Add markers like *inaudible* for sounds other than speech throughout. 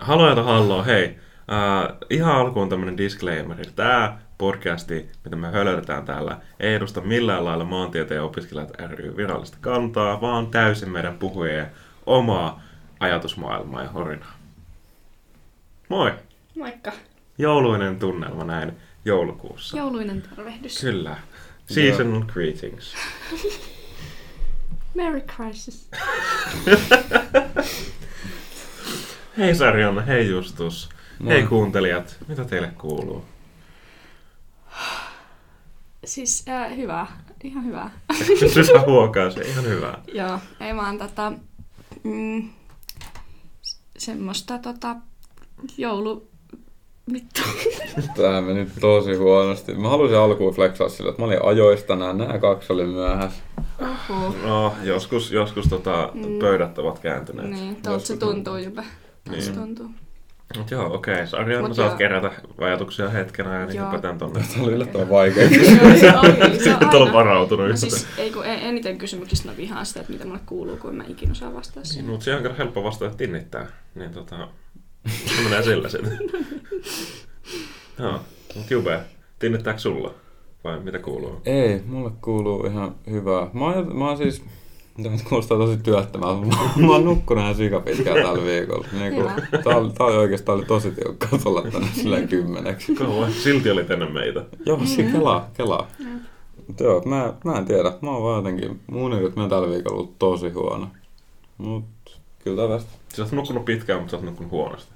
Haloilta halloa, hei. Äh, ihan alkuun tämmönen disclaimer. Tämä podcasti, mitä me hölötetään täällä, ei edusta millään lailla maantieteen opiskelijat ry virallista kantaa, vaan täysin meidän puhujien omaa ajatusmaailmaa ja horinaa. Moi! Moikka. Jouluinen tunnelma näin joulukuussa. Jouluinen tervehdys. Kyllä. Seasonal greetings. Merry Crisis. Hei Sarjana, hei Justus. Moi. Hei kuuntelijat, mitä teille kuuluu? *laughs* Siis äh, hyvää. Ihan hyvää. Sysä huokaa se, ihan hyvää. Joo. Ei vaan tota... Mm, s- semmoista tota... Joulu... Vittu. Tää meni tosi huonosti. Mä halusin alkuun flexaa sillä, että mä olin ajoista tänään. Nämä kaksi oli myöhässä. Uhu. No, joskus, joskus tota, Mm. pöydät ovat kääntyneet. Niin. Niin, tolta se tuntuu jopa. Tolta se Niin. tuntuu. Mut joo, okei. Okay. Sarjana, Mut saat joo. kerätä ajatuksia hetkenä ja niin Joo. hypätään tonne. Tämä oli yllättävän vaikea. *laughs* Joo, se oli. *laughs* Se Et ole on aina. varautunut No yhtään. siis, ei kun en- eniten kysymyksistä mä vihaan sitä, että mitä mulle kuuluu, kun en mä ikinä osaa vastata Niin, siihen. mut se on kyllä helppo vastata tinnittää. Niin tota, se menee sillä *laughs* sitten. Joo, mut jube, tinnittääkö sulla? Vai mitä kuuluu? Ei, mulle kuuluu ihan hyvää. Mä oon, mä oon siis... Tämä nyt kuulostaa tosi työttömältä. Mä, mä oon nukkunut ihan sikapitkään tällä viikolla. Niin kun, Hyvä. tää, oli, tää oli oikeastaan oli tosi tiukkaa tulla tänne silleen kymmeneksi. Kauan, silti oli tänne meitä. Joo, se kelaa, kelaa. Jep. Mut Joo, mä, mä en tiedä. Mä oon vaan jotenkin... Mun yritys mä tällä viikolla ollut tosi huono. Mut kyllä tää tästä. Sä oot nukkunut pitkään, mutta sä oot nukkunut huonosti.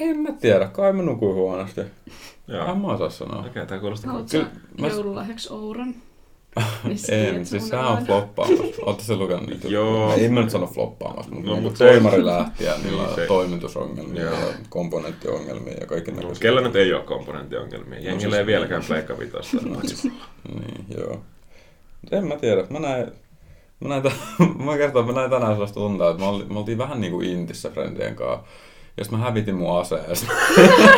En mä tiedä, kai mä nukuin huonosti. Joo. En mä osaa sanoa. Okei, tää kuulostaa Haluatko Kyllä, sä mä- joululahjaksi ouran? Niin sä En, tiedät, siis sun sehän on aina. floppaamassa. Ootte se lukenut niitä? Joo. Ei mä nyt sano floppaamassa, mutta No, no, niinku mut se- toimari lähtien, niillä Niin, se- on toimitusongelmia Joo. ja komponenttiongelmia ja kaiken näköistä. Kellä nyt ei ole komponenttiongelmia? Jengillä ei vieläkään pleikka vitosta. Niin, joo. Mut En mä tiedä, mä näin... Mä näin, t- *laughs* mä kertoin, mä näin tänään sellaista unta, että mä oltiin, me oltiin vähän niinku intissä frendien kanssa. Ja sit mä hävitin mun aseen. ja, *laughs*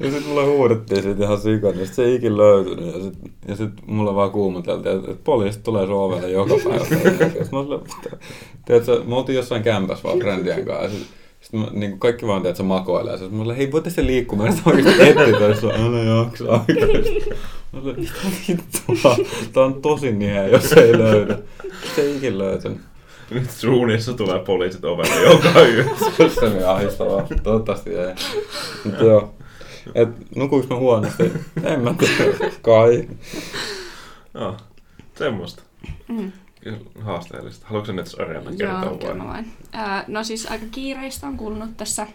ja sit mulle huudettiin siitä ihan sikan, ja sit se ei ikin löytynyt. Ja sit, ja sit mulle vaan kuumoteltiin, että, että poliisit tulee sun ovelle joka päivä. Ja sit mä olin, että- tiedätkö, me oltiin jossain kämpässä vaan frendien kanssa. Ja sit, sitten mä, niin kaikki vaan tiedät, että makoilee. Sitten mä olin, hei, voitte se liikkumaan. Mä sitten oikeasti etti tässä. Älä jaksa oikeasti. Mä olin, mitä vittua. *laughs* Tää on tosi niheä, jos ei löydä. Se ei ikin löytynyt. Nyt suunnissa tulee poliisit ovelle joka yö. Se oli ahdistavaa. Toivottavasti ei. Mutta joo. Et nukuiks mä huonosti? En mä tiedä. Kai. Joo, semmoista. Mm. Kyllä Haasteellista. Haluatko sä nyt Sarjana Joo, kertoa kyllä mä vai? vain. Ää, no siis aika kiireistä on kulunut tässä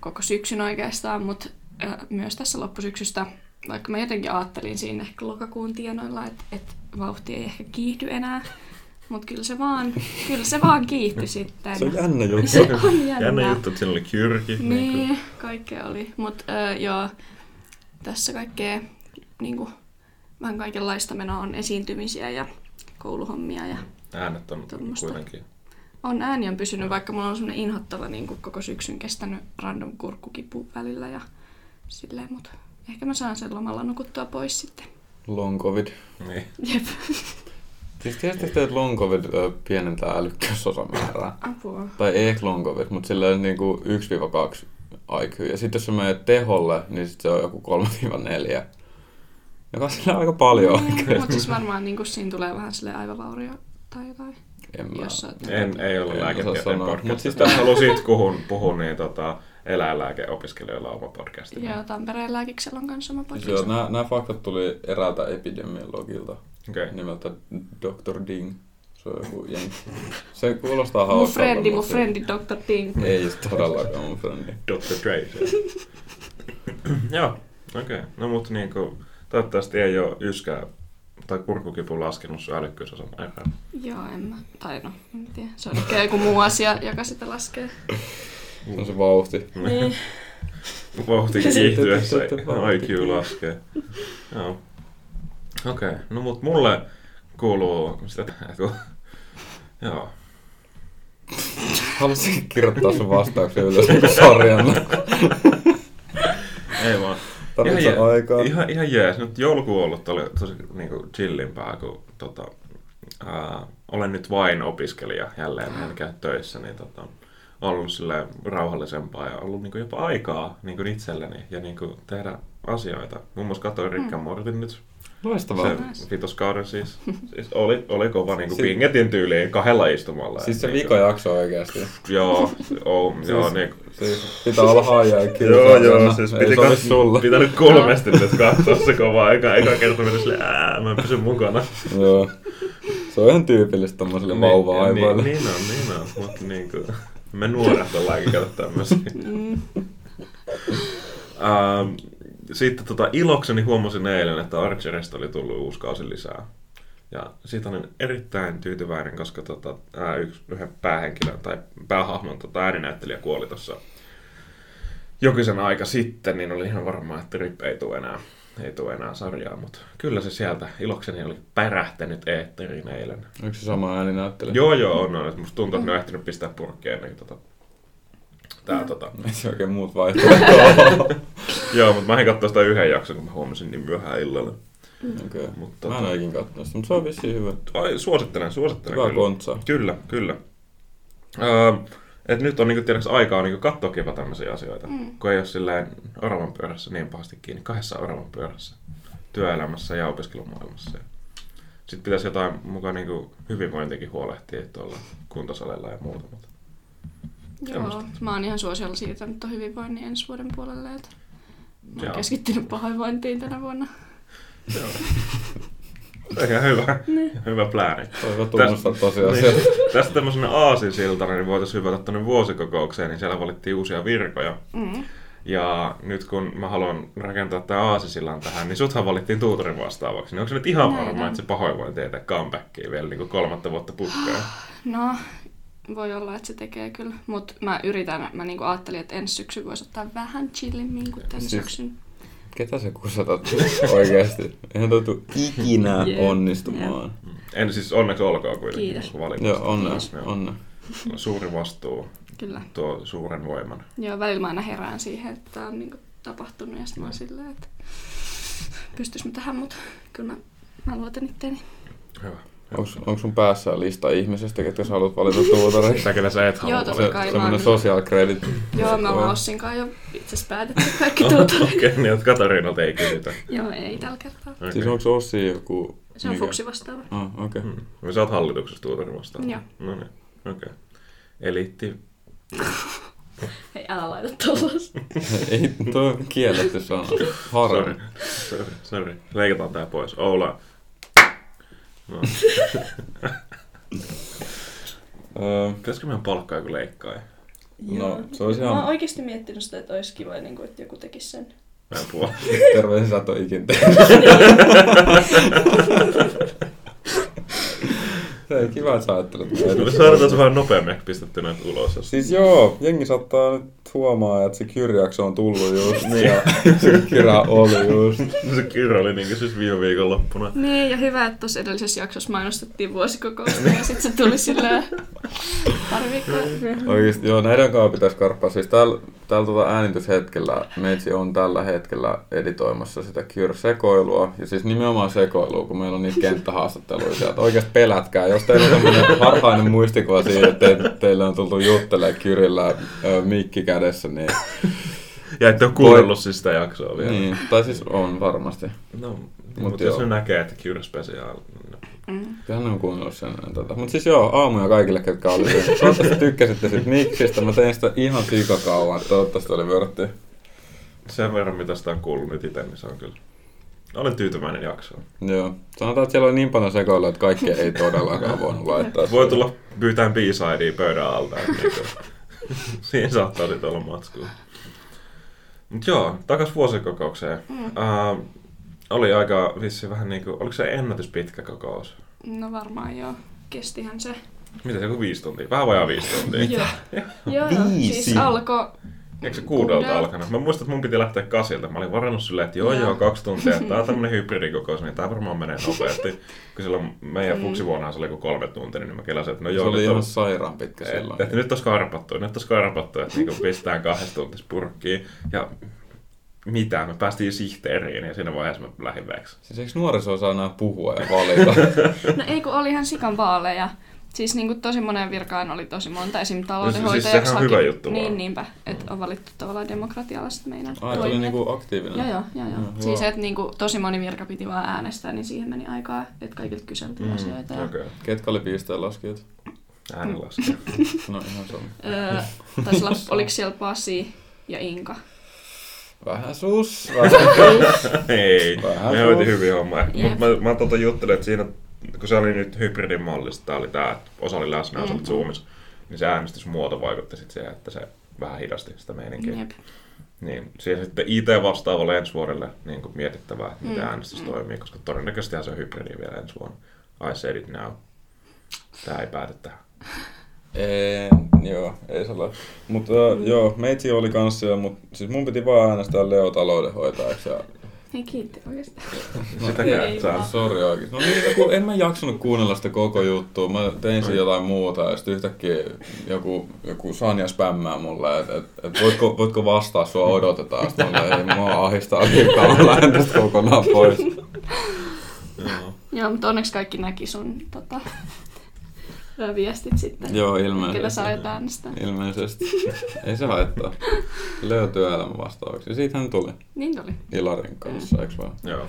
koko syksyn oikeastaan, mutta myös tässä loppusyksystä, vaikka mä jotenkin ajattelin siinä ehkä lokakuun tienoilla, että et vauhti ei ehkä kiihdy enää, mutta kyllä se vaan, kyllä se vaan kiihtyi sitten. Se on jännä Se juttu. on jännä. Jännä juttu, että siinä oli kyrki. kuin- Niin, kaikkea oli. Mutta joo, tässä kaikkea niinku, vähän kaikenlaista menoa on esiintymisiä ja kouluhommia ja Äänet on Tuommoista. kuitenkin. On ääni on pysynyt, vaikka mulla on semmoinen inhottava niin kuin koko syksyn kestänyt random kurkkukipu välillä ja silleen, mutta ehkä mä saan sen lomalla nukuttua pois sitten. Long covid. Niin. *laughs* Jep. Siis tiedättekö te, että long covid ö, pienentää älykkyysosamäärää? Apua. tai ei ehkä long covid, mutta sillä on niinku 1-2 IQ. Ja sitten jos sä menet teholle, niin sit se on joku 3-4. Joka on sillä aika paljon Mutta oikeesti. siis varmaan niin kuin siinä tulee vähän sille aivovaurio tai jotain, En mä. jos sä oot... En, ei ole No, En osaa lääketieteen sanoa. podcast. Mutta Mut siis siis tämän halusit puhun, puhun niin tota, eläinlääkeopiskelijoilla on oma podcasti. Joo, Tampereen lääkiksellä on kanssa oma Siis Joo, podcast. nämä, nämä faktat tuli eräältä epidemiologilta Okei. nimeltä Dr. Ding. Se on joku jenki. Se kuulostaa Mun hauskalta. frendi, mun mutta se- frendi Dr. Ding. Ei se todellakaan mun frendi. Dr. *laughs* Dre. se. Joo, okei. No mutta niin kuin, toivottavasti ei ole yskää tai kurkukipu laskenut sun älykkyysosan määrää. Joo, en mä. Tai no, en tiedä. Se on ehkä joku muu asia, joka sitä laskee. Se on se vauhti. Niin. Vauhti Se- kiihtyessä se- se- se- IQ laskee. Joo. Okei, no mut mulle kuuluu sitä, että kun- Joo. Haluaisin kirjoittaa sun vastauksen ylös niinku sarjana. Ei vaan. Tarvitsen Ihan jee- aikaa. Ihan, ihan jees. Nyt joulukuu on ollut oli tosi niin kuin chillimpää, kun tota, ää, olen nyt vain opiskelija jälleen, en käy töissä, niin tota, ollut sille rauhallisempaa ja ollut niinku jopa aikaa niinku itselleni ja niinku tehdä asioita. Muun muassa katsoin Rick and Mortin nyt Loistavaa. se Se, Nice. vitoskauden siis. siis oli, oli kova niinku Si- pingetin tyyliin kahdella istumalla. siis se Niinku- vika jakso oikeasti. Joo, oh, joo, *laughs* siis, niinku. siis pitää olla haajaa *laughs* ja Joo, kiusaajana. joo, siis Ei piti, sovi kats- sulle. piti nyt kolmesti nyt katsoa se kovaa. Eka, eka kerta meni silleen, ää, mä en pysy mukana. Joo. Se on ihan tyypillistä tommoselle vauva-aivoille. Niin, niin on, niin on. Mutta niin kuin, me nuoret ollaankin kato tämmöisiä. Mm. Ähm, sitten tota, ilokseni huomasin eilen, että Archerista oli tullut uusi kausi lisää. Ja siitä olen erittäin tyytyväinen, koska tota, ää, yksi, yhden päähenkilön tai päähahmon tota, ääninäyttelijä kuoli tuossa jokisen aika sitten, niin oli ihan varmaa, että Rip ei tule enää, ei tule enää sarjaa, mutta kyllä se sieltä ilokseni oli pärähtänyt eetteriin eilen. Onko se sama ääninäyttelijä? Joo, joo, on, on. Musta tuntuu, että ne on ehtinyt pistää purkkeen ennen kuin tota, tää, tota, Ei se oikein muut vaihtoehtoja ole. Joo, mutta mä en katsoa sitä yhden jakson, kun mä huomasin niin myöhään illalla. Okei. Mutta Mä en oikein katsonut sitä, mutta se on vissiin hyvä. ai, suosittelen, suosittelen. Hyvä kyllä. kontsa. Kyllä, kyllä. Öö, et nyt on niinku, tiedäks, aikaa niinku, katsoa kiva tämmöisiä asioita, mm. kun ei ole silleen oravan pyörässä niin pahasti kiinni, kahdessa oravan pyörässä, työelämässä ja opiskelumaailmassa. Sitten pitäisi jotain mukaan niinku, hyvinvointikin huolehtia tuolla kuntosalilla ja muuta. Mutta. Joo, mä oon ihan suosiolla siirtänyt ton hyvinvoinnin ensi vuoden puolelle, että mä Joo. oon keskittynyt pahoinvointiin tänä vuonna. Joo. Se on ihan hyvä, Niin. hyvä plääni. Toivo tunnustaa tosiasiat. Niin. Tästä tämmöisenä aasinsiltana niin voitaisiin hypätä tuonne vuosikokoukseen, niin siellä valittiin uusia virkoja. Mm. Ja nyt kun mä haluan rakentaa tämän aasisillan tähän, niin suthan valittiin tuutorin vastaavaksi. Niin onko se nyt ihan Näin varma, on. että se pahoinvointi ei tee comebackia vielä niin kuin kolmatta vuotta putkeen? No, voi olla, että se tekee kyllä, mutta mä yritän, mä niinku ajattelin, että ensi syksy voisi ottaa vähän chillimmin kuin tämän Siis- syksyn. *laughs* Ketä se kusatat *laughs* oikeesti? Eihän toi tuu ikinä Jep, onnistumaan. En siis onneksi olkoon kuitenkin Kiitos. valinta. Joo, onnea, Joo. onnea. Suuri vastuu Kyllä. tuo suuren voiman. Joo, välillä mä aina herään siihen, että tää on niinku tapahtunut ja sit mä oon silleen, että pystyis mä tähän, mutta kyllä mä, mä luotan itteeni. Hyvä. Onks, onks sun päässä lista ihmisestä, ketkä sä haluat valita tuutariksi? Sitä, ketä sä et halua Joo, totta valita. kai, mä Se, oon semmonen kyllä- social credit. Joo, mä oon Voi. Ossin kanssa jo itse asiassa päätetty *laughs* kaikki tuutorit. Okei, *laughs* niin että Katariinalta ei kysytä. Joo, ei tällä kertaa. Okay. Siis onks Ossi joku... Se on mikä? fuksi vastaava. Ah, okei. Okay. Mm. No sä oot hallituksessa tuutari vastaan. Joo. No niin, okei. Okay. Eliitti. Hei, älä laita tollasta. Ei, toi on kielletty sana. Sorry. Harmi. Sorry. Sorry. Leikataan tää pois. Oula. No. Öö, Pitäisikö meidän palkkaa joku leikkaaja? No, se olisi ihan- Mä oon oikeesti miettinyt sitä, että olisi kiva, niin kuin, että joku tekisi sen. Mä en puhu. terveisiä sä et oo ikin tehnyt. Se ei kiva, että sä ajattelet. Me saadaan se vähän nopeammin pistetty näitä ulos. Jos... Siis joo, jengi saattaa nyt huomaa, että se kirjakso on tullut just niin ja se kirja oli just. Se kirja oli niinkö siis viime viikon loppuna. Niin, ja hyvä, että tuossa edellisessä jaksossa mainostettiin vuosikokousta ja sitten se tuli silleen pari viikkoa. Oikeesti, joo, näiden kanssa pitäisi karppaa. Siis täällä, täällä tuota äänityshetkellä meitsi on tällä hetkellä editoimassa sitä kyr-sekoilua. Ja siis nimenomaan sekoilua, kun meillä on niitä kenttähaastatteluja sieltä. Oikeasti pelätkää. Jos teillä on tämmöinen harhainen muistikuva siitä, että te, teille on tultu juttelemaan kyrillä ö, mikki kädessä, niin, Ja ette ole kuunnellut siis sitä jaksoa vielä. niin tai siis on varmasti. No, niin, Mut mutta jos joo. ne näkee, että Cure Special... No. Kyllä ne on kuunnellut sen tätä. Mutta siis joo, aamuja kaikille, ketkä oli sen. Toivottavasti tykkäsitte sit miksistä. Mä tein sitä ihan sikakauan. Toivottavasti oli vörtti. Sen verran, mitä sitä on kuullut nyt itse, niin se on kyllä... Olen tyytyväinen jaksoon. Joo. Sanotaan, että siellä oli niin paljon sekoilua, että kaikkea ei *laughs* todellakaan voinut laittaa. Voi tulla pyytään B-sidea pöydän alta. että *laughs* Niinku. Siinä saattaa nyt olla matskua. Mut joo, takas vuosikokoukseen. Mm. Uh, oli aika vissi vähän niinku, oliko se ennätys pitkä kokous? No varmaan joo. Kestihän se. Mitä se, joku viisi tuntia? Vähän vajaa viisi tuntia. Joo. joo, joo. Siis Viisi. alkoi *laughs* Eikö se kuudelta Kuudelta. alkanut? Mä muistan, että mun piti lähteä kasilta. Mä olin varannut silleen, että joo Joo. joo, kaksi tuntia. Tää on tämmönen hybridikokous, niin tää varmaan menee nopeasti. Kun silloin meidän fuksivuonna se oli joku kolme tuntia, niin mä kelasin, että no Se joo, oli nyt on- ihan sairaan pitkä silloin. Että, että nyt olisi karpattu, nyt olisi karpattu, että niin pistetään kahdessa tuntissa purkkiin. Ja mitä, me päästiin sihteeriin ja siinä vaiheessa mä lähdin väksi. *laughs* Siis eikö nuoriso saa enää puhua ja valita? No ei kun oli ihan sikan vaaleja. Siis niin kuin tosi moneen virkaan oli tosi monta, esim. sehän on taloudenhoitajaksi hyvä juttu vaan. Niin, niinpä, että on valittu tavallaan demokratialla sitten meidän Ai, tuli toimijat. niinku aktiivinen. Joo, joo, joo. joo. Joo, Siis joo. että niinku, tosi moni virka piti vaan äänestää, niin siihen meni aikaa, että kaikilta kyseltiin mm, asioita. Mm. Ja, Okei, okay. Ketkä oli pisteen laskijat? *laughs* äänenlaskija. No ihan sama. öö, taisi olla, oliko siellä Pasi ja Inka? *laughs* Vähän sus, vähän sus. Ei, Vähän me sus. hoiti hyvin homma. Jep. Mutta mä, mä tota juttelin, että siinä, kun se oli nyt hybridin mallista, tää oli tää, että osa oli läsnä, osa oli Mm. Zoomissa, niin se äänestysmuoto vaikutti sitten siihen, että se vähän hidasti sitä meininkiä. Jep. Niin, siihen sitten IT-vastaavalle ensi vuodelle niin kuin mietittävää, että miten Mm, äänestys toimii, koska todennäköisesti se on hybridi vielä ensi vuonna. I said it now. Tää ei pääty tähän. Ei, joo, ei se ole. Mutta joo, meitsi oli kans siellä, mutta siis mun piti vaan äänestää Leo taloudenhoitajaksi. Ja... Ei kiitti oikeastaan. No, Sitäkään ei saa. vaan. Sori oikein. No niin, kun en mä jaksanut kuunnella sitä koko juttua. Mä tein siinä jotain muuta ja sitten yhtäkkiä joku, joku Sanja spämmää mulle, että et, et voitko, voitko vastaa, sua odotetaan. Sitten mulle ei mua ahistaa liikaa, mä lähden tästä kokonaan pois. Joo, mutta onneksi kaikki näki sun tota, ö, viestit sitten, Joo, ketä ilmeisesti. sä aiot äänestää. Ilmeisesti. Ei se haittaa. Leo työelämän vastauksia. Siitähän tuli Niin tuli. Ilarin kanssa, eikö vaan? Joo.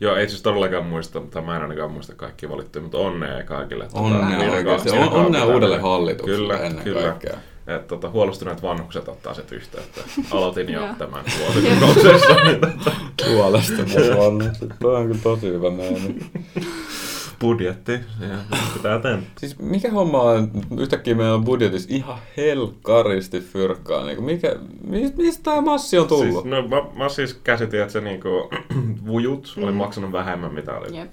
Joo, ei siis todellakaan muista, tai mä en ainakaan muista kaikki valittuja, mutta onnea kaikille. Tota, Onnea virkaa- oikeasti. On, virkaa onnea pitäville. uudelle hallitukselle Kyllä, ennen kyllä. kaikkea. Et, tota, huolestuneet vanhukset ottaa sit yhteyttä. Aloitin jo Joo. tämän vuosikokouksessa. niin *laughs* tota, Puolesta vuonna. Tuo on kyllä tosi hyvä meini. Budjetti. Ja pitää tämän. Siis mikä homma on, yhtäkkiä meillä on budjetissa ihan helkkaristi fyrkkaa. Niin mikä, mi- mistä tämä massi on tullut? Siis, no, mä, mä siis käsitin, että se niinku, *clears throat* vujut oli Mm. maksanut vähemmän, mitä oli Jep.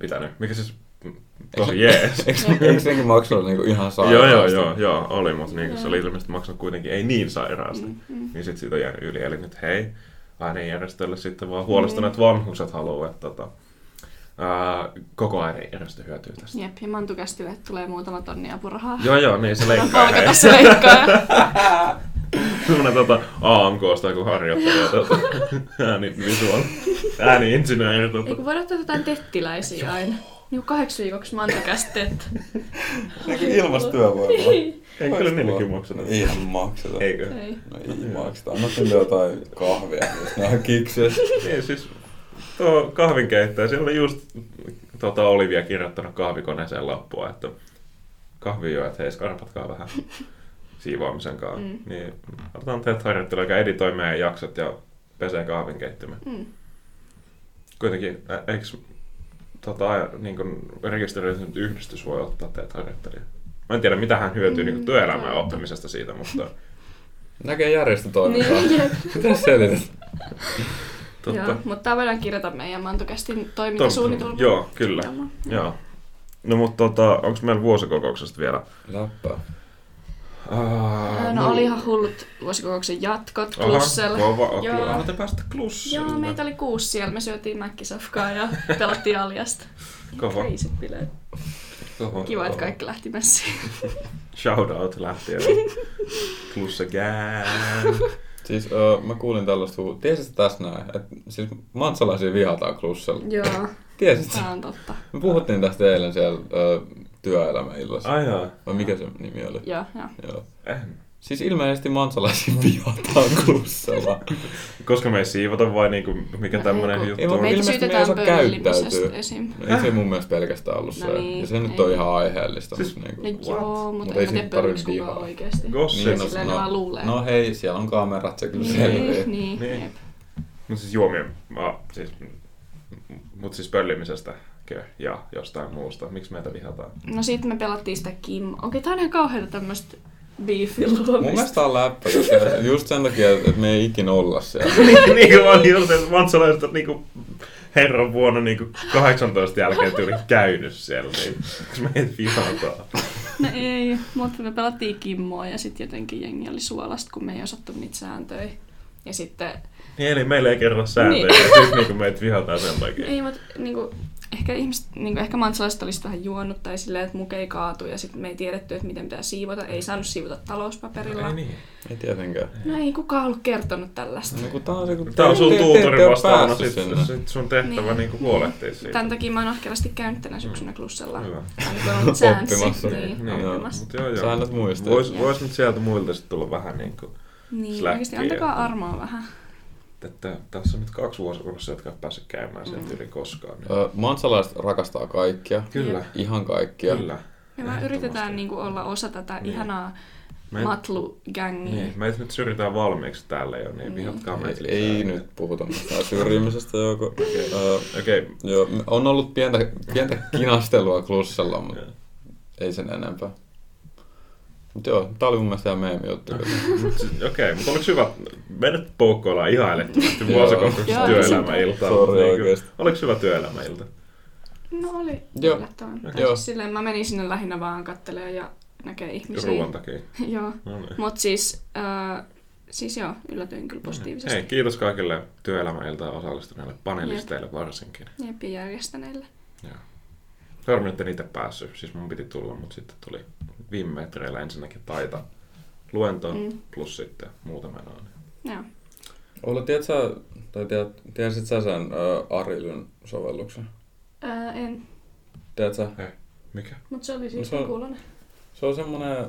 pitänyt. Mikä siis mm, tosi *laughs* jees. Eikö, *laughs* eikö senkin maksanut niinku ihan sairaasti? Joo, joo, joo, joo, oli, mutta niin, se oli Joo. ilmeisesti maksanut kuitenkin ei niin sairaasti. Mm, mm. Niin sitten siitä on jäänyt yli. Eli nyt hei, ainejärjestölle sitten Mm. vaan huolestuneet vanhukset haluaa, että tota, ää, koko ainejärjestö hyötyy tästä. Jep, ja Mantu Kästilä tulee muutama tonni apurahaa. Joo, joo, niin se Voidaan leikkaa. palkata se leikkaa. Semmoinen tota, AMKsta joku harjoittelija, tota, *laughs* ääni visuaali, ääni-insinööri. Tota. Eikö voida ottaa jotain tettiläisiä aina? Niin kahdeksi viikoksi mantakäs tet. Ilmastyövoimaa. Niin. Ei kyllä niillekin makseta. Ei ihan makseta. Eikö? Ei. No ei makseta. Anna sille jotain kahvia, jos nää on kikses. Niin siis tuo kahvinkeittäjä, siellä oli just tota, Olivia kirjoittanut kahvikoneeseen lappua, että kahvi jo, että hei skarpatkaa vähän siivoamisen kanssa. Mm. Mm. Niin otetaan teet harjoittelu, joka editoi meidän jaksot ja pesee kahvinkeittimen. Mm. Kuitenkin, ä, eikö tota, niin kun rekisteröitynyt yhdistys voi ottaa teet harjoittelijaa? Mä en tiedä, mitä hän hyötyy mm, niin Mm, työelämän totta. oppimisesta siitä, mutta *laughs* *laughs* Näkee järjestötoimintaa. *laughs* Niin, jep. Miten selität? totta. Joo, mutta tämä voidaan kirjata meidän Mantukästin Totta. toimintasuunnitelma. Joo, kyllä. Joo. No mutta tota, onko meillä vuosikokouksesta vielä? Läppää. Ah, Ää, No oli ihan hullut vuosikokouksen jatkot Aha, Klussella. Kova, okei. Joo. Okay. te päästä klusselle. Joo, meitä oli kuusi siellä. Me syötiin mäkkisafkaa *laughs* ja pelattiin aljasta. Kova. Kriisit bileet. Kova, Kiva, että kova. kaikki lähti messiin. Shout out lähtee. *laughs* Klussa gang. Siis öö, mä kuulin tällaista huu... Tiesitkö tässä näin? Et, siis mantsalaisia vihataan klussella. Joo, Tiesitkö? tämä on totta. Me puhuttiin tästä eilen siellä öö, työelämäillassa. Ai jaa. Vai mikä se nimi oli? Joo, joo. Joo. En. Siis ilmeisesti mantsalaisia vihataan klussella. Koska me ei siivota vai niinku, mikä No, tämmönen ei, juttu ei, mut on. me- Meitä ilmeisesti ei syytetään osaa pöllimisestä käyttäytyä. esim. No ei se mun mielestä pelkästään ollut No se. niin, ja se nyt ei. on ihan aiheellista. Siis- Siis, niin No kuin, joo, Mut mutta ei en mä tiedä siitä tarvi pöllimisestä kukaan vihaa. oikeasti. Gossi. Niin, silleen ne vaan luulee. no hei, siellä on kamerat, se kyllä selviää. Niin, niin, Niin. jep. No siis juomien, mä, siis, mut siis pöllimisestä kyllä, ja jostain muusta. Miksi meitä vihataan? No sit me pelattiin sitä Kim. Okei, tää on ihan kauheeta tämmöstä beefin luomista. Mun mielestä tää on läppä, koska just sen takia, että me ei ikin olla siellä. niin, niin kuin on just, että vatsalaiset on niinku herran vuonna niinku 18 jälkeen tyyli käynyt siellä, niin koska meidät vihataan. No ei, mutta me pelattiin kimmoa ja sitten jotenkin jengi oli suolasta, kun me ei osattu niitä sääntöjä. Ja sitten, Niin, eli meille ei kerro sääntöjä, niin. Niin. ja sitten niinku meidät vihataan sen takia. ei mut niinku, ehkä, ihmiset, niin kuin, ehkä mansalaiset olisi vähän juonut tai silleen, että muke ei kaatu ja sitten me ei tiedetty, että miten pitää siivota. Ei saanut siivota talouspaperilla. Ei niin. Ei tietenkään. No ei kukaan ollut kertonut tällaista. No, kun tää on se, kun Tää on sun te- te- te ette tuutorin oo vastaavana, päässyt sit, sinne. sit sun tehtävä Niin. niin. niinku huolehtia siitä. Tämän takia mä oon ahkerasti käynyt tänä syksynä klussella. Hyvä. Nyt *laughs* on ollut chanssi. Oppimassa. Niin, Niin, joo. oppimassa. Mut joo, joo. Sä annat muistaa. Vois, vois nyt sieltä muilta sit tulla vähän niinku, Niin, Slackia. oikeasti antakaa armoa vähän. että tässä on nyt kaksi vuosikurssia, jotka ei ole päässyt käymään sieltä yli koskaan. Niin. Ö, Mansalaiset rakastaa kaikkia. Kyllä, Ihan kaikkia. kyllä. Me vaan Ehdottomasti. yritetään niin kuin, olla osa tätä Niin. ihanaa Me, matlu-gängiä. niin, meitä nyt syrjitään valmiiksi täällä jo, niin vihatkaa meitä. Ei, ei lisää. nyt puhuta mistään syrjimisestä. Joo, kun, ö, Okei, okay. joo, on ollut pientä, pientä kinastelua klussella, mutta Joo. ei sen enempää. Mut joo, tää oli mun mielestä ihan meemi juttu. siis, Okei, mutta oliko hyvä, me nyt poukkoillaan ihan elettävästi *laughs* Joo. vuosikokouksessa Joo, Niin työelämäilta. se on- Sori Niin oikeesti. oliko hyvä työelämäilta? No oli Joo. yllättävän. Tai Joo. siis silleen mä menin sinne lähinnä vaan kattelee ja näkee ihmisiä. Ruoan takia. *laughs* joo. No niin. Mut siis, äh, siis joo, yllätyin kyllä positiivisesti. Mm. Hei, kiitos kaikille työelämäiltaan osallistuneille panelisteille varsinkin. Jep, ja järjestäneille. Harmi, että niitä päässyt. Siis mun piti tulla, mutta sitten tuli viime metreillä ensinnäkin taita luentoon Mm. plus sitten muuta menoa. niin Joo. Olla, tiedät sä, tai tiedät, tiesit sä sen ö, Arilyn sovelluksen? Äh, en, Tiedät sä? Mikä? mut se oli siis se on- no, kuulonen. Se on semmonen,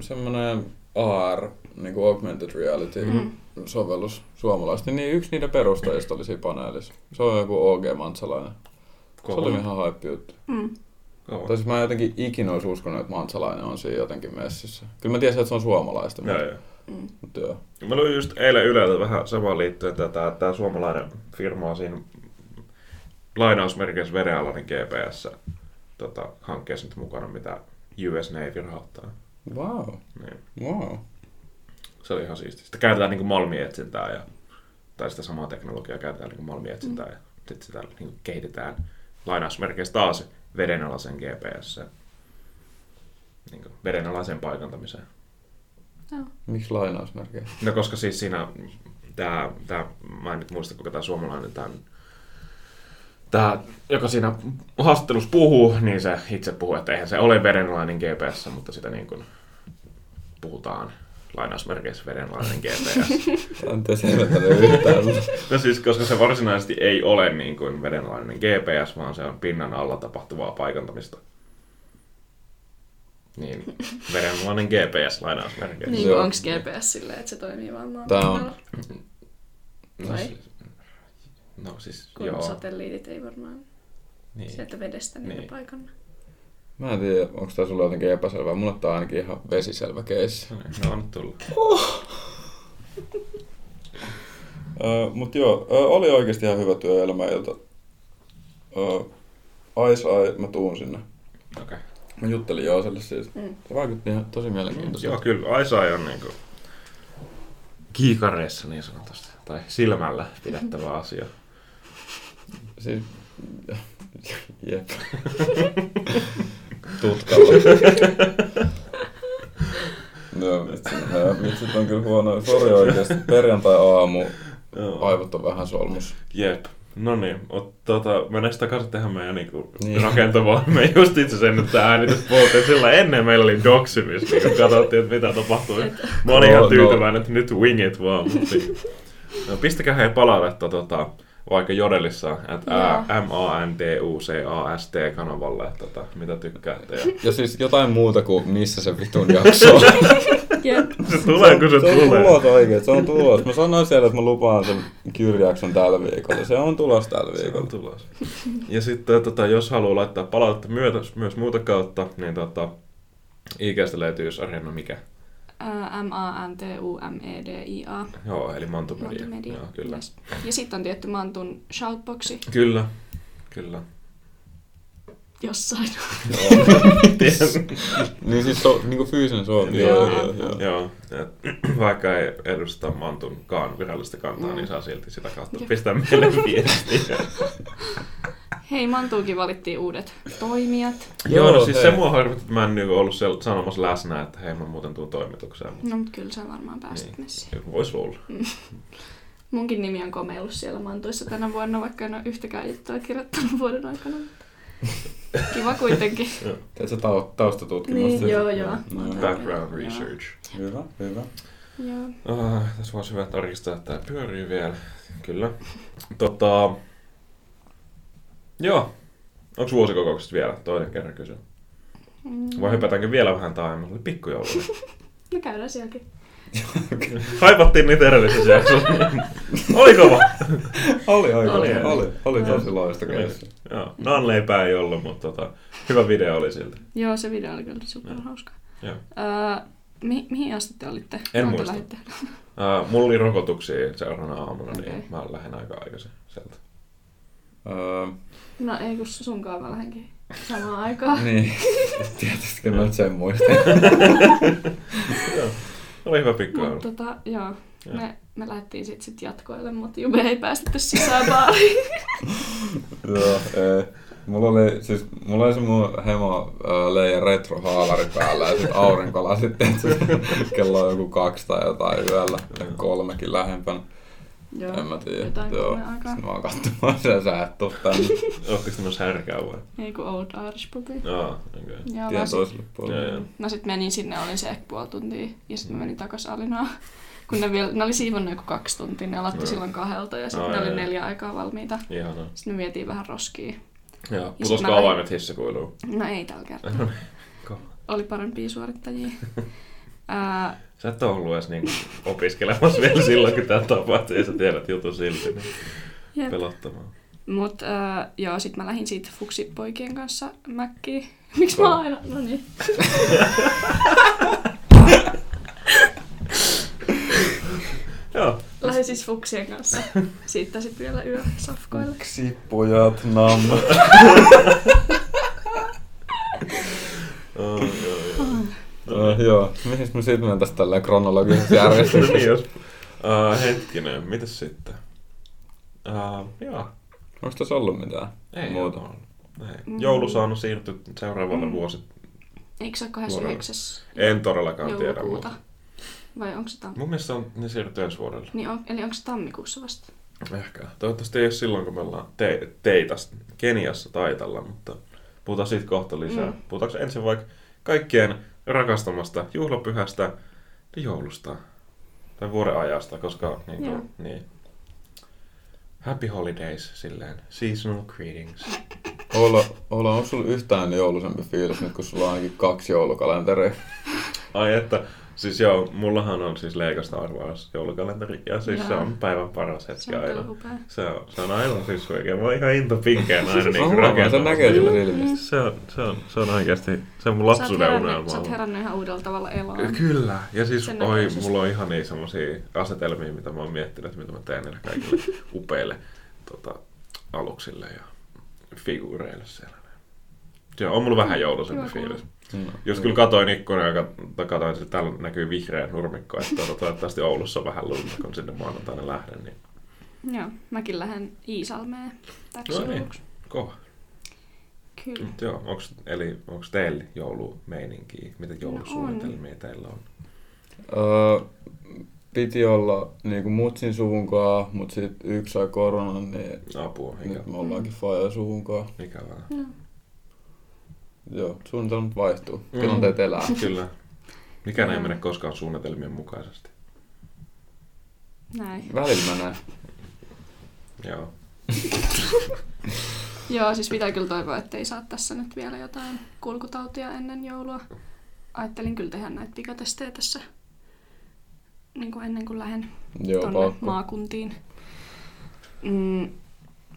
semmonen AR, niin kuin augmented reality Mm. sovellus suomalaisesti. Niin yksi niiden perustajista oli siinä paneelissa. Se on joku OG Mantsalainen. Se oli ihan hype juttu. Mm. Kova. Tai siis mä en jotenkin ikinä olisi uskonut, että Mantsalainen on siinä jotenkin messissä. Kyllä mä tiesin, että se on suomalaista. Joo, Mutta, joo. Mm. mutta joo. Mä luin just eilen Yleltä vähän samaan liittyen, että tämä, tämä suomalainen firma on siinä lainausmerkeissä vedenalainen GPS tota, hankkeessa nyt mukana, mitä US Navy rahoittaa. Wow. Niin. Wow. Se oli ihan siistiä. Sitten käytetään niin malmietsintää ja, tai sitä samaa teknologiaa käytetään niin malmietsintää ja sitten sitä niin kehitetään lainausmerkeissä taas vedenalaisen GPS. Niin vedenalaisen paikantamiseen. Joo. Miksi lainausmerkejä? No koska siis siinä, tää, tää, mä en nyt muista kuka tämä suomalainen tämän, tää, joka siinä haastattelussa puhuu, niin se itse puhuu, että eihän se ole vedenalainen GPS, mutta sitä niin kuin puhutaan lainausmerkeissä vedenalainen GPS. Tämä nyt ei selventänyt yhtään. *laughs* No siis, koska se varsinaisesti ei ole niin kuin vedenalainen GPS, vaan se on pinnan alla tapahtuvaa paikantamista. Niin, vedenalainen GPS lainausmerkeissä. Niin Joo. kuin onks GPS silleen, että se toimii vaan maan Tää on- pinnalla? No, Vai? siis, no siis, Kun joo. satelliitit ei varmaan Niin. sieltä vedestä niitä Niin. niin. paikanna. *laughs* Mä en tiedä, onko tää sulle jotenkin epäselvää. Mulle tää on ainakin ihan vesiselvä keissi. No, on tullut. Uh, Mutta joo, ö, oli oikeasti ihan hyvä työelämäilta. Uh, Ais ai, mä tuun sinne. Okei. Okay. Mä juttelin Jooselle siis. Mm. Se vaikutti ihan tosi Joo, mielenkiintoiselta. kyllä. Aisai on niinku kiikareissa niin sanotusti. Tai silmällä pidettävä *laughs* asia. Siis... *laughs* Jep. *laughs* Tutkalla. no, vitsi, nää vitsit on kyllä huono. Sori oikeesti, perjantai-aamu. Aivot on vähän solmus. Jep. No niin, ot- tota, mennäänkö takaisin tähän meidän niinku Niin. niin. rakentavaan? Me just itse sen, että äänityspuolteen sillä ennen meillä oli doksimis, niin kun katsottiin, että mitä tapahtui. Mä olin No, no. ihan tyytyväinen, että nyt wing it vaan. Mutta... niin. No, pistäkää hei palautetta tota, vaikka Jodelissa, että Joo. m a n t u c a s t kanavalle, että tota, mitä tykkäätte. Ja Ja siis jotain muuta kuin missä se vitun jakso on. Jep. se *laughs* tulee, kun se, se on tulee. tulos oikein, se on tulos. Mä sanoin siellä, että mä lupaan sen kyrjakson tällä viikolla. Se on tulos tällä Se on viikolla. tulos. Ja sitten tota, jos haluaa laittaa palautetta myötä, myös muuta kautta, niin tota, IGstä löytyy jos Areena mikä. Ää, E M-A-N-T-U-M-E-D-I-A. Joo, eli Mantumedia. Multimedia. Joo, kyllä. Yes. Ja sitten on tietty Mantun shoutboxi Kyllä. Kyllä. jossain. *laughs* Niin siis so, niinku fyysinen suomi. Joo. joo. Joo. et *clears throat* Vaikka ei edusta Mantunkaan virallista kantaa, Mm. niin saa silti sitä kautta Jep. pistää meille *laughs* viestiä. Hei, Mantuukin valittiin uudet toimijat. Joo, no Joo, siis hei. se mua harvittaa, että mä en niinku ollut siellä sanomassa läsnä, että hei mä muuten tuun toimitukseen. Mutta No, mutta kyllä sä varmaan pääset Niin. niin. messiin. vois olla. *laughs* Munkin nimi on komeillut siellä Mantuissa tänä vuonna, vaikka en ole yhtäkään juttua kirjoittanut vuoden aikana. Kiva kuitenkin. Teet sä tau- taustatutkimusta? Niin, joo, joo. No, hyvä, Background Joo. research. hyvä, hyvä. Joo. Ah, tässä voisi hyvä tarkistaa, että tämä pyörii vielä. Kyllä. Tota... Joo. Onko vuosikokouksesta vielä? Toinen kerran kysyn. Mm. Vai hypätäänkin vielä vähän taajemmalle *laughs* pikkujoululle? No käydään sielläkin. Haipattiin niitä edellisessä jaksossa. Oli kova! Oli oikein, Oli, oli, oli. oli, oli tosi loistokeissä. Joo, nanleipää ei ollut, mutta tota, hyvä video oli siltä. Joo, se video oli kyllä superhauskaa. Joo. Öö, mi- mihin asti te olitte? En Kun te muista. lähditte? Uh, mulla oli rokotuksia seuraavana aamuna, okay. niin Okei. mä lähden aika aikaisin sieltä. Öö, No ei, kun sunkaan mä lähdenkin *laughs* samaan aikaan. niin, *laughs* tietysti mä nyt sen muistan. Oli hyvä pikkujoulu. Mutta tota, joo. Joo. Me, me lähdettiin sitten sit jatkoille, mutta Jube ei päästetty sisään baariin. Joo, ei. Mulla oli, siis, mulla oli se mun hemo ää, leija retrohaalari päällä ja sit aurinko lasit, *laughs* kello on joku kaksi tai jotain yöllä, tai kolmekin lähempänä, joo. en mä tiedä. Jotain Joo, kolmen aikaa. sit mä oon katsomaan sen, sä et tuu tänne. Oletteko tämä särkää vai? Ei kun Old Irish Pubi. Joo, okei. Joo, mä Tien sit, Joo, toiselle joo. puolelle. mä sit menin sinne, olin se ehkä puoli tuntia. Ja sitten mä menin takas Alinaan. *laughs* Kun ne, vielä, ne oli siivonnut joku kaksi tuntia, ne aloitti Joo. silloin kahdelta ja sitten Ai, ne oli ai. neljä aikaa valmiita. Ihanaa. Sitten me vietiin vähän roskiin. Joo, Ja sit putosko mä lähdin- avaimet hissikuiluun? No ei tällä *laughs* kertaa. Kova. Oli parempia *laughs* suorittajia. Ää, Sä et ole ollut edes niinku opiskelemassa vielä silloin, kun tämä tapahtui, ja sä tiedät jutun silti, niin jep. pelottavaa. Mut äh, joo, sit mä lähdin siitä fuksipoikien kanssa mäkkiin. *laughs* Miksi mä aina? No niin. Joo, Lähdin siis fuksien kanssa. *laughs* Siitä sit vielä yö safkoille. Yksi pojat nam. oh, joo, joo. Öö, Joo, mihin mä sit menen tästä tälleen kronologisessa järjestyksessä? niin jos... Uh, hetkinen, mitäs sitten? Uh, joo, Onks tässä ollut mitään ei muuta? ole ollut. Ei. Joulusauna siirtyi seuraavalle Mm. vuosi. Eikö se ole 29. En todellakaan tiedä, joulukuuta? mutta Vai onko se tam... mun mielestä on, ne siirtyy ensi vuodelle. Niin on, eli onko se tammikuussa vasta? Ehkä. Toivottavasti ei ole silloin, kun me ollaan te- teitas Keniassa taitalla, mutta puhutaan siitä kohta lisää. Mm. Mm. Puhutaanko ensin vaikka kaikkien rakastamasta juhlapyhästä ja joulusta tai vuoden ajasta, koska niin, Joo. kuin, niin. Happy holidays, silleen. Seasonal greetings. Olla, olla, onko sulla yhtään joulusempi fiilis nyt, kun sulla on ainakin kaksi joulukalenteria? Ai että, siis joo, mullahan on siis leikasta arvaus joulukalenteri, ja siis se Joo. on päivän paras Se hetki on kyllä aina. upea. Se on, se on aivan siis oikein. Mä oon ihan into pinkeen aina Siis Mä niin huomaan, sen näkee sillä silmistä. Se on, se on, se on oikeasti, se on mun Sä oot lapsuuden herännyt, sä unelma. oot herännyt ihan uudella tavalla eloon. Ky- Kyllä, ja siis Sen oi, näköisesti. mulla on ihan niin semmosia asetelmia, mitä mä oon miettinyt, että mitä mä teen niille *laughs* kaikille upeille tota, aluksille ja figuureille siellä. Se on mulla vähän jouluisempi Hyvä kuulla. fiilis. Mm. Jos kyllä katoin ikkunan ja kat- katoin, että täällä näkyy vihreä nurmikko, että tota, toivottavasti Oulussa on vähän lunta, kun sinne maanantaina lähden, niin Joo, mäkin lähden Iisalmeen täksi No niin. jouluksi. kova. Kyllä. Mut joo, onks, eli onko teillä joulumeininkiä? No Mitä joulusuunnitelmia teillä on? Öö, piti olla niinku mutsin suvun kaa, mut sit yksi sai koronan, niin Apua, ikä, nyt me ollaankin fajan suvun kaa. ikävää. Joo. Joo, suunnitelmat vaihtuu. Mm. Mm. Tilanteet elää. Kyllä. Mikään ei mene koskaan suunnitelmien mukaisesti. Näin. Välillä menee. Joo. Joo, siis pitää kyllä toivoa, ettei saa tässä nyt vielä jotain kulkutautia ennen joulua. Ajattelin kyllä tehdä näitä pikatestejä tässä niin kuin ennen kuin lähden Joo, tuonne pakko. maakuntiin. Mm,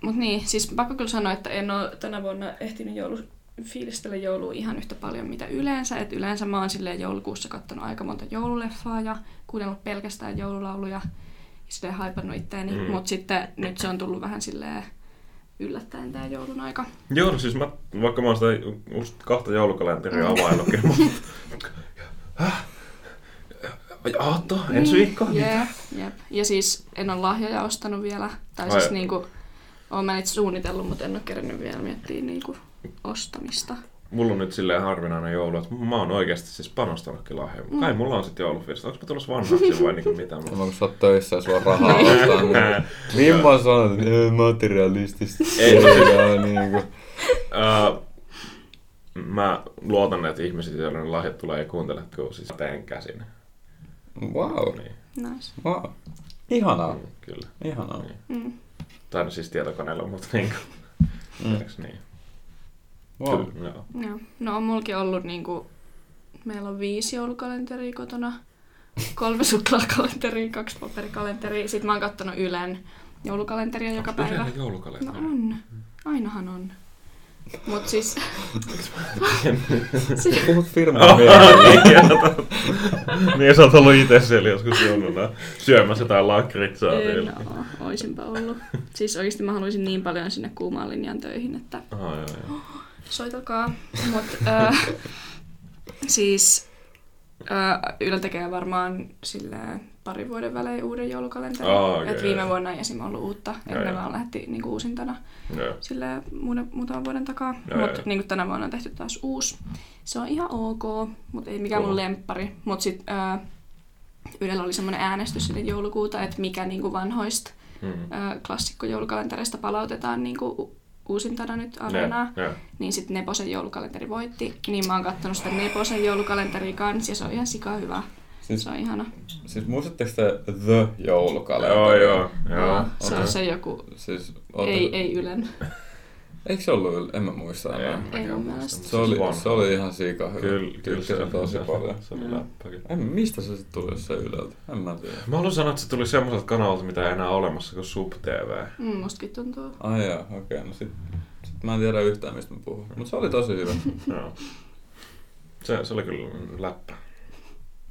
Mutta niin, siis pakko kyllä sanoa, että en ole tänä vuonna ehtinyt joulu, fiilistellä joulua ihan yhtä paljon mitä yleensä. Et yleensä mä oon silleen joulukuussa kattonut aika monta joululeffaa ja kuunnellut pelkästään joululauluja ja silleen haipannut itteeni. Mm. Mm. Mutta sitten nyt se on tullut vähän silleen yllättäen tämä joulun aika. Joo, no siis mä, vaikka mä oon sitä just kahta joulukalenteria niin availlutkin, mutta... Häh? Aatto, ensi viikko? Niin. Niin. Jep, jep. Ja siis en ole lahjoja ostanut vielä. Tai Ai. siis niinku, oon mä niitä suunnitellut, mutta en ole kerännyt vielä miettiä niinku ostamista. Mulla on nyt silleen harvinainen joulu, että mä oon oikeasti siis panostanut kyllä lahjoja. Kai mulla on sitten joulufirsta. Onko mä tulossa vanhaksi vai niinku mitä? Tämä kun sä oot töissä ja sulla on rahaa *laughs* ostaa. niin- Niin mä oon sanonut, että ei materialistista. Ei. Ei, joo, niinku. Äh, mä luotan, että ihmiset, joilla ne lahjat tulee ja kuuntele, kun siis teen käsin. Wow. Niin, Nice. wow. Ihanaa. mm, kyllä. Ihanaa. Niin. Mm. Tai no siis tietokoneella, mutta niin kuin, Mm. niin. Wow. Kyllä, joo. Joo. No on mulki ollut niinku, meillä on viisi joulukalenteria kotona, kolme suklaakalenteria, kaksi paperikalenteria. Sitten mä oon kattonut Ylen joulukalenteria joka Onks päivä. Ylellä joulukalenteri? No on. Ainahan on. Mut siis, Sä Puhut firman *laughs* Oh, vielä. *laughs* niin, sä oot ollut itse siellä joskus jouluna syömässä jotain lakritsaa. niin- vielä. no, oisinpa ollut. Siis oikeesti mä haluaisin niin paljon sinne kuumaan linjan töihin, että Aha, joo, joo. Soitelkaa. Mut, äh, siis äh, Yle tekee varmaan sillä pari vuoden välein uuden joulukalenterin. Aa, okei, Et viime joo. vuonna ei esim. ollut uutta. Joo, Et me joo. vaan lähti niinku uusintana Joo. sillä muutaman vuoden takaa. Joo, joo. Mutta niinku tänä vuonna on tehty taas uusi. Se on ihan ok, mutta ei mikään Cool. mun lemppari. Mutta sitten äh, Ylellä oli semmoinen äänestys sinne joulukuuta, että mikä niinku vanhoista Mm. äh, klassikkojoulukalentereista palautetaan niinku u- uusintana nyt areenaa Joo, joo. niin sitten Neposen joulukalenteri voitti, niin mä oon kattonut sitä Neposen joulukalenteria kanssa ja se on ihan sika hyvä. Siis, Se on ihana. siis muistatteko te The Joulukalenteri? Joo, joo, joo. Joo, se on okei. se joku, Siis, ei, ootte- ei Ylen. Eikö se ollut, yl- en mä muista Ei, enää. mäkään Ei mun muista, mielestä. mutta Se oli, vanha. se oli ihan siika hyvä. siis Kyllä, kyllä se Tykkäsin on tosi paljon. Se oli Mm. läppä kyllä. En, mistä se sitten tuli, jos se yleltä? En mä tiedä. Mä haluan sanoa, että se tuli semmoiselta kanavalta, mitä ei enää ole olemassa kuin Sub TV. Mm, mustakin tuntuu. Ai jaa, okei. Okay. No sit, sit mä en tiedä yhtään mistä mä puhun. Mut se oli tosi *laughs* hyvä. Joo. Se, se oli kyllä läppä.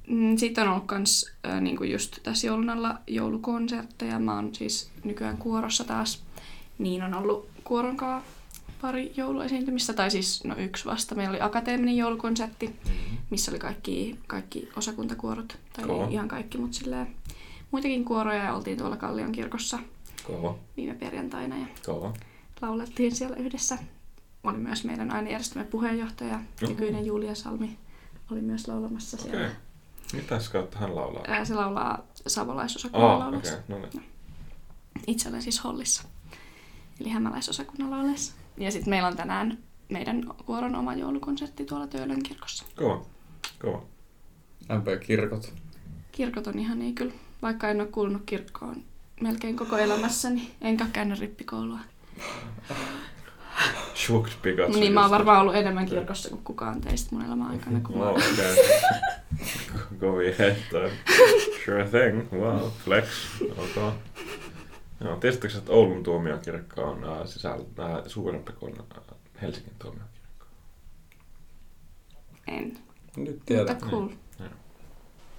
Mm, sitten on ollut kans äh, niinku just tässä joulun alla joulukonsertteja. Mä oon siis nykyään kuorossa taas. Niin on ollut kuoronkaa pari jouluesiintymistä, tai siis no yksi vasta. Meillä oli akateeminen joulukonsertti, missä oli kaikki, kaikki osakuntakuorot, tai Kova. ei ihan kaikki, mutta silleen muitakin kuoroja ja oltiin tuolla Kallion kirkossa Kova, viime perjantaina ja kova. laulettiin siellä yhdessä. Oli myös meidän ainejärjestelmän puheenjohtaja, Oho. nykyinen Julia Salmi, oli myös laulamassa Okei. siellä. Mitäs kautta hän laulaa? Ää, se laulaa savolaisosakunnan Aa, okei, laulussa. no niin. Itse olen siis Hollissa, eli hämäläisosakunnan laulessa. Ja sitten meillä on tänään meidän kuoron oma joulukonsertti tuolla Töölön kirkossa. Kova, kova. MP-kirkot. Kirkot on ihan niin kyllä. Vaikka en ole kuulunut kirkkoon melkein koko elämässäni, niin enkä ole käynyt rippikoulua. Shuks Pikachu. niin mä oon just. varmaan ollut enemmän kirkossa kuin kukaan teistä mun elämän aikana. Kun mä... Wow, okei. *laughs* Kovia heittoja. Sure thing, wow, flex, ok. Joo, tiesittekö, että Oulun tuomiokirkko on äh, sisällä, äh, suurempi kuin äh, Helsingin tuomiokirkko? En. Nyt Mutta tiedät. cool.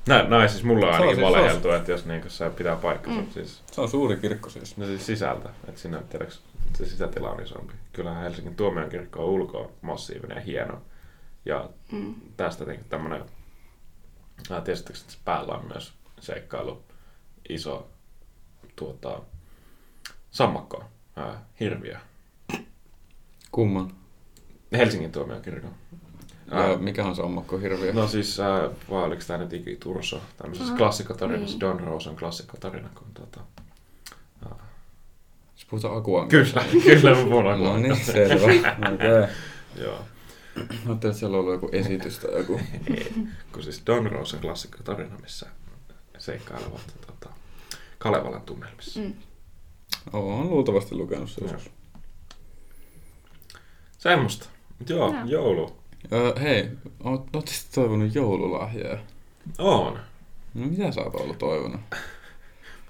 Nä, näin siis mulla on Se on ainakin siis- se on- valehdeltu, että jos niinku se pitää paikkansa, Mm. mm. siis, Se on suuri kirkko siis. no siis sisältä, että sinne tiedäks, se sisätila on isompi. Kyllähän Helsingin tuomiokirkko on ulkoa massiivinen ja hieno. Ja Mm. tästä niinku tämmönen, ää, tiesittekö, että päällä on myös seikkailu iso tuota, sammakko, ää, hirviö. Kumman? Helsingin tuomiokirkon. Ää, Ja mikä on se ommakko hirviö? No siis, äh, vai oliko tämä nyt Iki Turso? Tämmöisessä Aha. klassikkotarinassa, Niin. Don Rosen klassikkotarina. Kun tota... Siis puhutaan akuan. Kyllä, *laughs* kyllä mä puhun No aina. *laughs* niin, selvä. Okei. Okay. Joo. Mä ajattelin, että siellä on ollut joku esitys *laughs* tai joku. Ei. Kun siis Don Rosen klassikkotarina, missä seikkailevat tota, Kalevalan tunnelmissa. Mm. Oon luultavasti lukenut se Joo. joskus. Semmosta. Mut joo, Joo. joulu. Öö, hei, oot, ootte sit toivonut joululahjaa? On. No mitä sä oot ollut toivonut?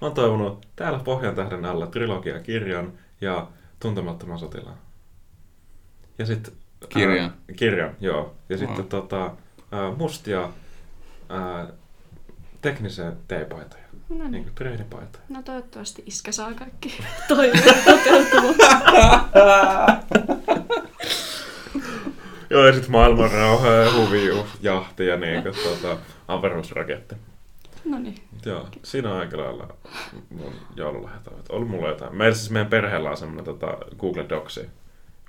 Mä oon toivonut täällä Pohjan tähden alla trilogiakirjan ja tuntemattoman sotilaan. Ja sit... Kirjan. Ää, kirjan, joo. Ja Aa. sitten tota, ää, mustia ää, teknisiä teepaitoja. No Niin niin. kuin treidipaitoja. No toivottavasti iskä saa *laughs* kaikki toiveet toteutumaan. Joo, ja sitten maailman rauha ja huvijuus, jahti ja niinku tota, avaruusraketti. No niin. Joo, siinä on aika lailla mun joululahjat. ovat. Oli mulla jotain. Meillä siis meidän perheellä on semmoinen tota, Google Docsi,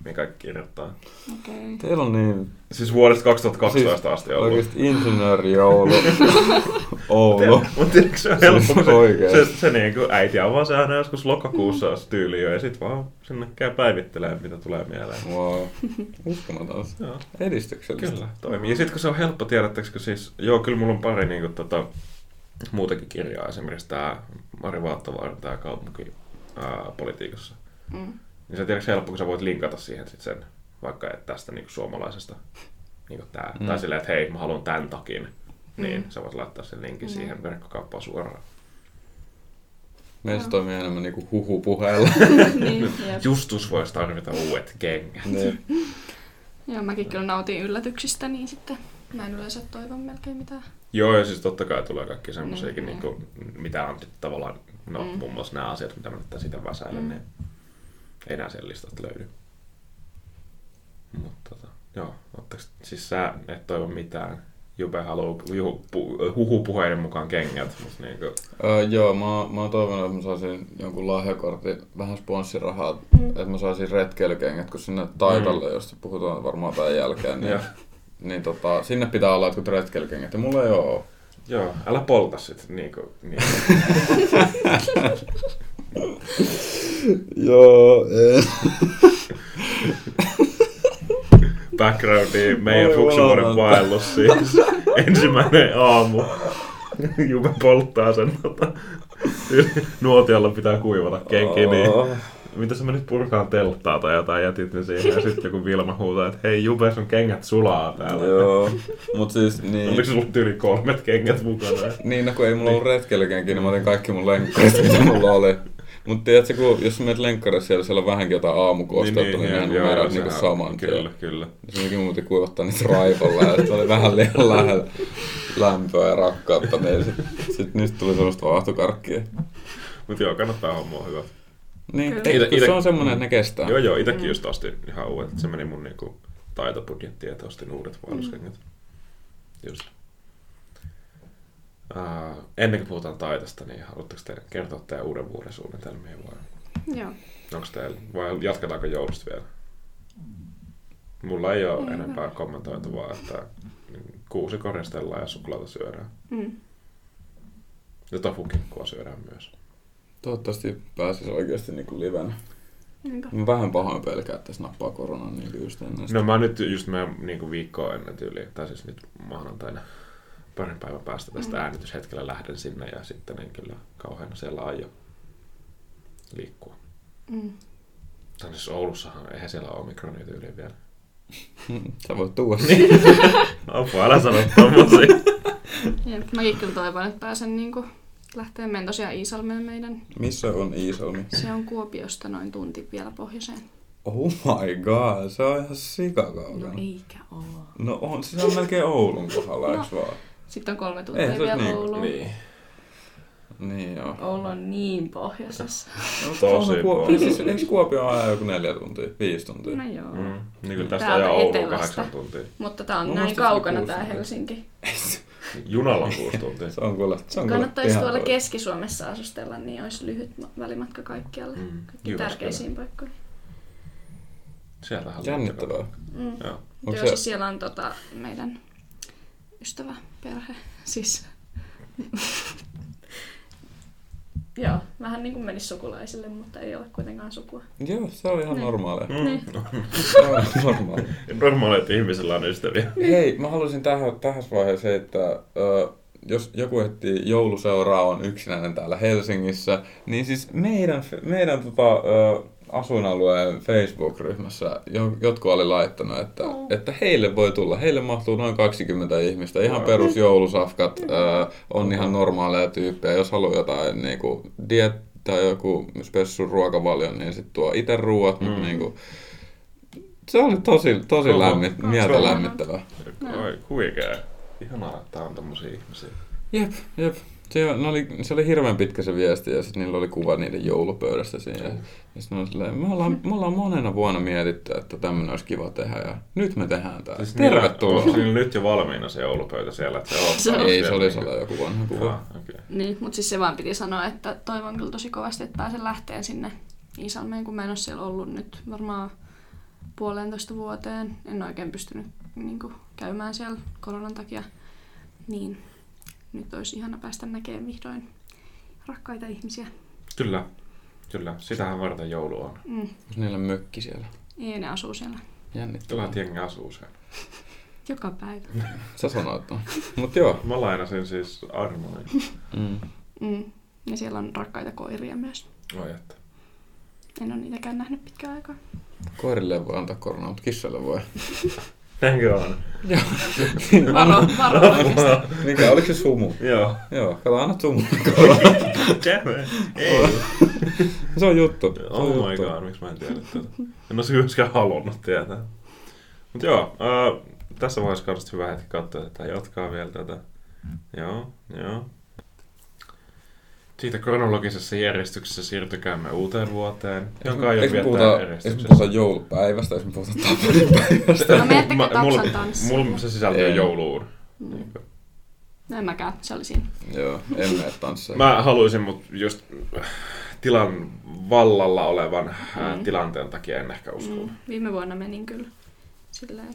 niin kaikki kirjoittaa. Okei. Okay. Teillä on niin... Siis vuodesta 2012 siis, asti ollut. Oikeesti insinööri Oulu. *laughs* Oulu. Mutta tiedätkö *laughs* se on siis helppo, kun se, se, Oikeesti. se niin kuin äiti avaa se aina joskus lokakuussa asti tyyliin jo, ja sit vaan sinne käy päivittelemään, mitä tulee mieleen. Wow. Uskomaton. Joo, Edistyksellistä. kyllä, toimii. Ja sit kun se on helppo, tiedättekö, kun siis, joo, kyllä mulla on pari niin kuin, tota, muutakin kirjaa, esimerkiksi tää Mari Vaattovaara, tää kaupunki ää, politiikassa. Mm. Niin se on tietysti helppo, kun sä voit linkata siihen sit sen, vaikka et tästä niinku suomalaisesta, niinku tää, mm. Mm. tai silleen, että hei, mä haluan tämän takin, niin Mm. sä voit laittaa sen linkin Mm. mm. siihen verkkokauppaan suoraan. Meillä se Joo. toimii enemmän niinku *laughs* huhupuheella. niin, jep. Justus voisi tarvita uudet kengät. niin. Joo, mäkin kyllä nautin yllätyksistä, niin sitten mä en yleensä toivon melkein mitään. Joo, ja siis totta kai tulee kaikki semmoisiakin, Mm, mm. niinku, mitä on nyt tavallaan, no Mm. mm. muun muassa nämä asiat, mitä mä nyt siitä väsäilen, Mm. mm. niin ei nää sen listat löydy. Mutta tota, joo, ottaks, siis sä et toivo mitään. Jupe haluaa juhu, pu, huhupuheiden mukaan kengät, mutta niinku, Öö, joo, mä, oon- mä oon toivonut, että mä saisin jonkun lahjakortin, vähän sponssirahaa, Mm. että mä saisin retkeilykengät, kun sinne Taitalle, mm. josta puhutaan varmaan tämän jälkeen, niin, Joo. niin tota, sinne pitää olla jotkut retkeilykengät, ja mulla ei oo. Joo, älä polta sit niinku, niinku. Joo, en. backgroundiin meidän *laughs* Voi fuksivuoden jumalauta. vaellus siis. *laughs* Ensimmäinen aamu. Jupe polttaa sen tota, nuotiolla pitää kuivata kenki, niin mitä sä menit purkaan telttaa tai jotain, jätit ne siihen ja sitten joku Vilma huutaa, että hei Jupe, sun kengät sulaa täällä. Joo, mut siis Oliko niin. sulla tyyli kolmet kengät mukana? Niin, no kun ei mulla ollut retkeilykänkiä, niin mä otin kaikki mun lenkkarit, mitä mulla oli. Mutta tiedätkö, kun jos sä menet lenkkarissa siellä, siellä on vähänkin jotain aamukostetta, niin, niin, niin, niin, joo, niin, sehän- niin, saman tien. Kyllä, kyllä. Sinäkin muuten kuivattaa niitä raivolla ja sitten oli vähän liian lähellä lämpöä ja rakkautta, niin sitten sit niistä tuli sellaista vaahtokarkkia. Mutta joo, kannattaa hommaa hyvä. Niin, Kyllä. ei, Ite- kun ite- se on semmoinen, että ne kestää. Joo, Mm. joo, itekin just ostin ihan uudet. Se meni mun niinku taitobudjettiin, että ostin uudet vaelluskengät. Just. Uh, ennen kuin puhutaan taitosta, niin haluatteko te kertoa teidän uuden vuoden suunnitelmia vai, Joo. onks teillä, vai jatketaanko joulusta vielä? Mulla ei ole Ei enempää varmaan. kommentoitavaa, että mm, kuusi koristellaan ja suklaata syödään. Mm. Ja tofukinkkua syödään myös. Toivottavasti pääsis oikeasti niinku livenä. Niinpä. Mä vähän pahoin pelkää, että tässä nappaa koronan niinku just ennen sitä. No mä nyt just meidän niin viikkoa ennen tyyliä, tai siis nyt maanantaina parin päivän päästä tästä Mm. mm. äänityshetkellä lähden sinne ja sitten en kyllä kauhean siellä aio liikkua. Mm. Tai siis Oulussahan eihän siellä ole omikroni tyyliä vielä. Mm, Sä voit tuoda Niin. Apua, No, älä sano tommosia. Jep. Mäkin kyllä toivon, että pääsen niinku lähtee. Menen tosiaan Iisalmeen meidän. *laughs* Missä on Iisalmi? Se on Kuopiosta noin tunti vielä pohjoiseen. Oh my god, se on ihan No sikakaukana. eikä oo. No on, se on melkein Oulun kohdalla, eiks vaan? Sitten on kolme tuntia Ei, se vielä on niin. Ouluun. niin. Niin joo. Oulu on niin pohjoisessa. No, Tosi onhan Kuop- paljon. Siis, eikö Kuopio ajan joku neljä tuntia, viisi tuntia? No joo. *laughs* Mm. Niin kuin tästä Täältä ajaa Ouluun etelästä. kahdeksan tuntia. Mutta tää on Mun näin mielestä se oli kaukana kuusi tää tuntia. Helsinki. Junalla on kuusi tuntia. *laughs* Se on kuule, se on Kannattaisi kuule tuolla ihan Keski-Suomessa asustella, niin olisi lyhyt ma- välimatka kaikkialle. Mm. Kaikki Jyväskylä. tärkeisiin paikkoihin. Siellähän Jännittävää. Mm. Joo. Joo, Onko se... se- siis siellä on tota, meidän ystävä, perhe, siis... *laughs* Joo, vähän niin kuin menisi sukulaisille, mutta ei ole kuitenkaan sukua. Joo, se on ihan Niin. normaalia. Niin. Se on ihan normaalia. Normaali, että ihmisellä on ystäviä. Hei, mä haluaisin tähän, tähän vaiheeseen, että ö, jos joku etsii jouluseuraa on yksinäinen täällä Helsingissä, niin siis meidän, meidän tota, ö, asuinalueen Facebook-ryhmässä jo- jotkut oli laittanut, että, Mm. että heille voi tulla. Heille mahtuu noin 20 ihmistä. Ihan Wow. perus joulusafkat ö, Mm. on ihan normaaleja tyyppejä. Jos haluaa jotain niin kuin diet tai joku spessun ruokavalion, niin sitten tuo itse ruuat. Mm. Mm. Niin kuin, se oli tosi, tosi Oho. lämmit, mieltä Oho. lämmittävää. No. Oi, huikee. Ihanaa, että tää on tommosia ihmisiä. Jep, jep. Se, ne oli, se oli hirveän pitkä se viesti ja sitten niillä oli kuva niiden joulupöydästä siinä. Ja sitten oli silleen, me ollaan, me ollaan monena vuonna mietitty, että tämmöinen olisi kiva tehdä ja nyt me tehdään tää. Siis niillä- *laughs* Tervetuloa. Onko niillä nyt jo valmiina se joulupöytä siellä? Että se on Ah, Se on- Ei, se oli sellainen joku vanha kuva. kuva. Okay. Niin, mutta siis se vaan piti sanoa, että toivon kyllä tosi kovasti, että pääsen lähteen sinne Iisalmeen, kun mä en ole siellä ollut nyt varmaan puolentoista vuoteen. En oikein pystynyt niin kuin, käymään siellä koronan takia. Niin nyt olisi ihana päästä näkemään vihdoin rakkaita ihmisiä. Kyllä, kyllä. Sitähän varten joulu on. Mm. Onko niillä mökki siellä? Ei ne asuu siellä Kyllä Jännittävää. että jengi asuu sen. joka päivä. Sä sanoit ton. Mut joo. Mä lainasin siis armoin. Mm. Mm. Ja siellä on rakkaita koiria myös. Oi että. En ole niitäkään nähnyt pitkään aikaa. Koirille ei voi antaa koronaa, mutta kissalle *laughs* voi. Näinkö on? Varo, varo oikeasti. Mikä, oliko se sumu? Joo. Joo, kato, anna sumu. Jämme. Ei. Se on juttu. Se on Oh my juttu. god, miksi mä en tiedä tätä. En olisi myöskään halunnut tietää. Mut joo, äh, tässä vaiheessa kannattaa hyvä hetki katsoa tätä, jatkaa vielä tätä. Joo, joo. Siitä kronologisessa järjestyksessä siirtykäämme uuteen vuoteen, jonka aion Eikö me viettää puhuta, eikö me järjestyksessä. puhuta joulupäivästä, eikö me puhuta Tampereen päivästä? No miettikö Mä- mulla- Tapsan tanssia? Mulla se sisältyy En. jouluun. Niin. Mm. No en mäkään, se oli siinä. Joo, en mene tansseja. Mä haluaisin, mutta just äh, tilan vallalla olevan mm. Mm. tilanteen takia en ehkä usko. Mm. Viime vuonna menin kyllä silleen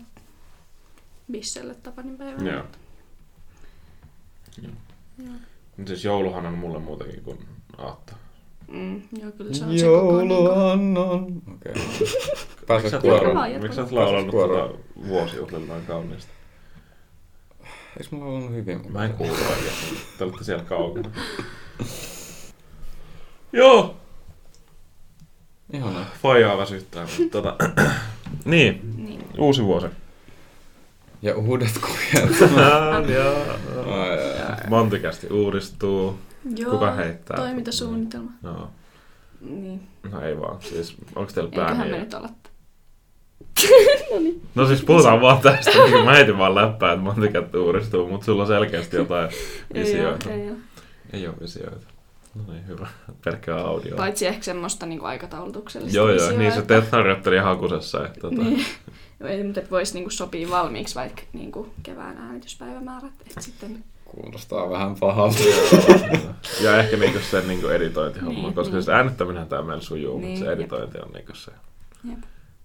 bisselle Tapanin päivänä. Joo. Joo. Mut Siis jouluhan on mulle muutakin kuin aatto. Mm, joo, kyllä se on se koko... Niin Jouluannon. *laughs* Okei. Miksi sä Pääset oot Jatka kuoroon. vaan. laulanut- Miksi sä oot Pääset laulanut kuoroon. tuota vuosijuhlilla noin kaunista? Eikö mulla ollut hyvin? Mä en kuulu oikein. Te olette siellä kaukana. Joo! Ihanaa. Fajaa väsyttää. mut Tota. *clears throat* niin, niin. uusi vuosi. Ja uudet *laughs* kokeet. Ai, ai, ai. Mantikästi uudistuu. Joo, Kuka heittää? Toimintasuunnitelma. No, Niin. no ei vaan. Siis, onks teillä Eiköhän me päämiä? nyt olla... No siis puhutaan vaan tästä, niin mä heitin vaan läppää, että mantikästi uudistuu, mutta sulla on selkeästi jotain visioita. Ei, ei, Ei ole visioita. No niin, hyvä. Pelkkää audio. Paitsi ehkä semmoista niinku aikataulutuksellista Joo, joo, visioita. niin se Death harjoitteli hakusessa. Että, tota, Niin. Joo, Ei, mutta voisi niinku sopii valmiiksi vaikka niinku kevään äänityspäivämäärät. Et sitten, Kuulostaa vähän pahalta. ja ehkä niinku sen niinku editointihomma, Niin, koska niin. se äänittäminen tämä meillä sujuu, Niin, mutta se jep. editointi on niinku se. jep.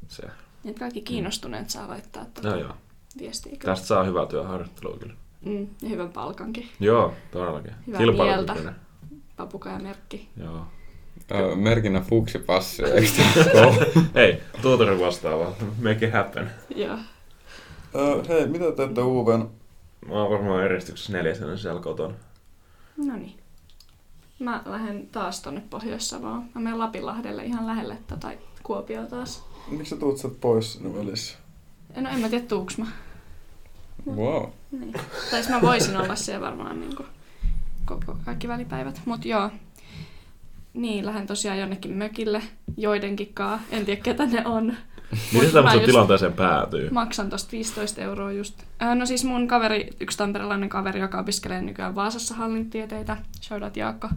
se. Et kaikki kiinnostuneet saa laittaa No tuota joo, viestiä. kyllä. tästä saa hyvää työharjoittelua kyllä. Mm, ja hyvän palkankin. Joo, todellakin. Hyvää Kilpailukykyinen. Papukajamerkki. Joo. *laughs* Ö, Merkinnä fuksipassi, eikö tää Hei, Oh, tuutari vastaava. Make it happen. Joo. Hei, mitä teette uuden? Mä oon varmaan eristyksessä neljäsenä siellä kotona. No niin. Mä lähden taas tonne Pohjois-Savoon. Mä menen Lapinlahdelle ihan lähelle tota Kuopioa taas. Miksi sä tuut sieltä pois sinne välissä? No en mä tiedä, tuuks mä. Wow. Niin. Tai siis mä voisin olla siellä varmaan niin kuin koko, kaikki välipäivät. Mut joo. Niin, lähden tosiaan jonnekin mökille joidenkin kaa. En tiedä, ketä ne on. Miten Mut mä tämmöisen just- tilanteeseen päätyy? Maksan tosta 15 euroa just. Äh, no siis mun kaveri, yksi tamperelainen kaveri, joka opiskelee nykyään Vaasassa hallintotieteitä, shoutout Jaakko,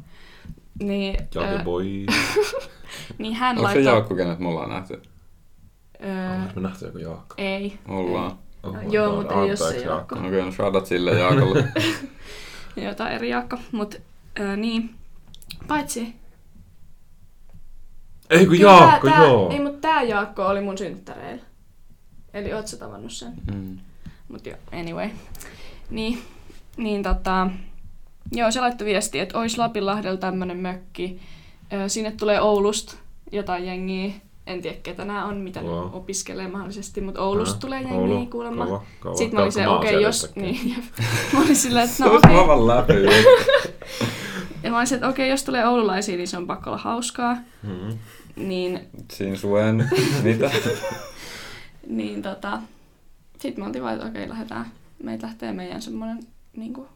niin, Jaki äh, boy. niin hän Onko se laittoi... Jaakko, kenet me ollaan nähty? Äh, Me nähty joku Jaakko. ei. Ollaan. Oh my Joo, god, mutta ei oo se anteeksi, Jaakko. Okei, okay, no shoutout sille *laughs* Jaakolle. Jotain eri Jaakko, mutta äh, niin. Paitsi... Ei kun Kyllä tää- Jaakko, tää, joo. Ei, mutta tää Jaakko oli mun synttäreillä. Eli oot sä tavannut sen? Mm. Mutta joo, anyway. Niin, niin tota, joo, se laittoi viesti, että ois Lapinlahdella tämmönen mökki. Ö, Sinne tulee Oulusta jotain jengiä. En tiedä, ketä nämä on, mitä wow. Wow. ne opiskelee mahdollisesti, mutta Oulusta Äh, tulee jengiä Oulu, kuulemma. kova, kova. Sitten mä olin Kautta se, maan okei, siellä jos... yhtäkkiä. Niin, jep. *laughs* mä olin silleen, että *laughs* Se no olisi okei. aivan läpi. *laughs* Ja mä olin se, että okei, jos tulee oululaisia, niin se on pakko olla hauskaa. Mhm. Niin Siin suen. *laughs* Mitä? Niin tota, sit me oltiin vaan, että okei, lähdetään. Meitä lähtee meidän semmonen niinku,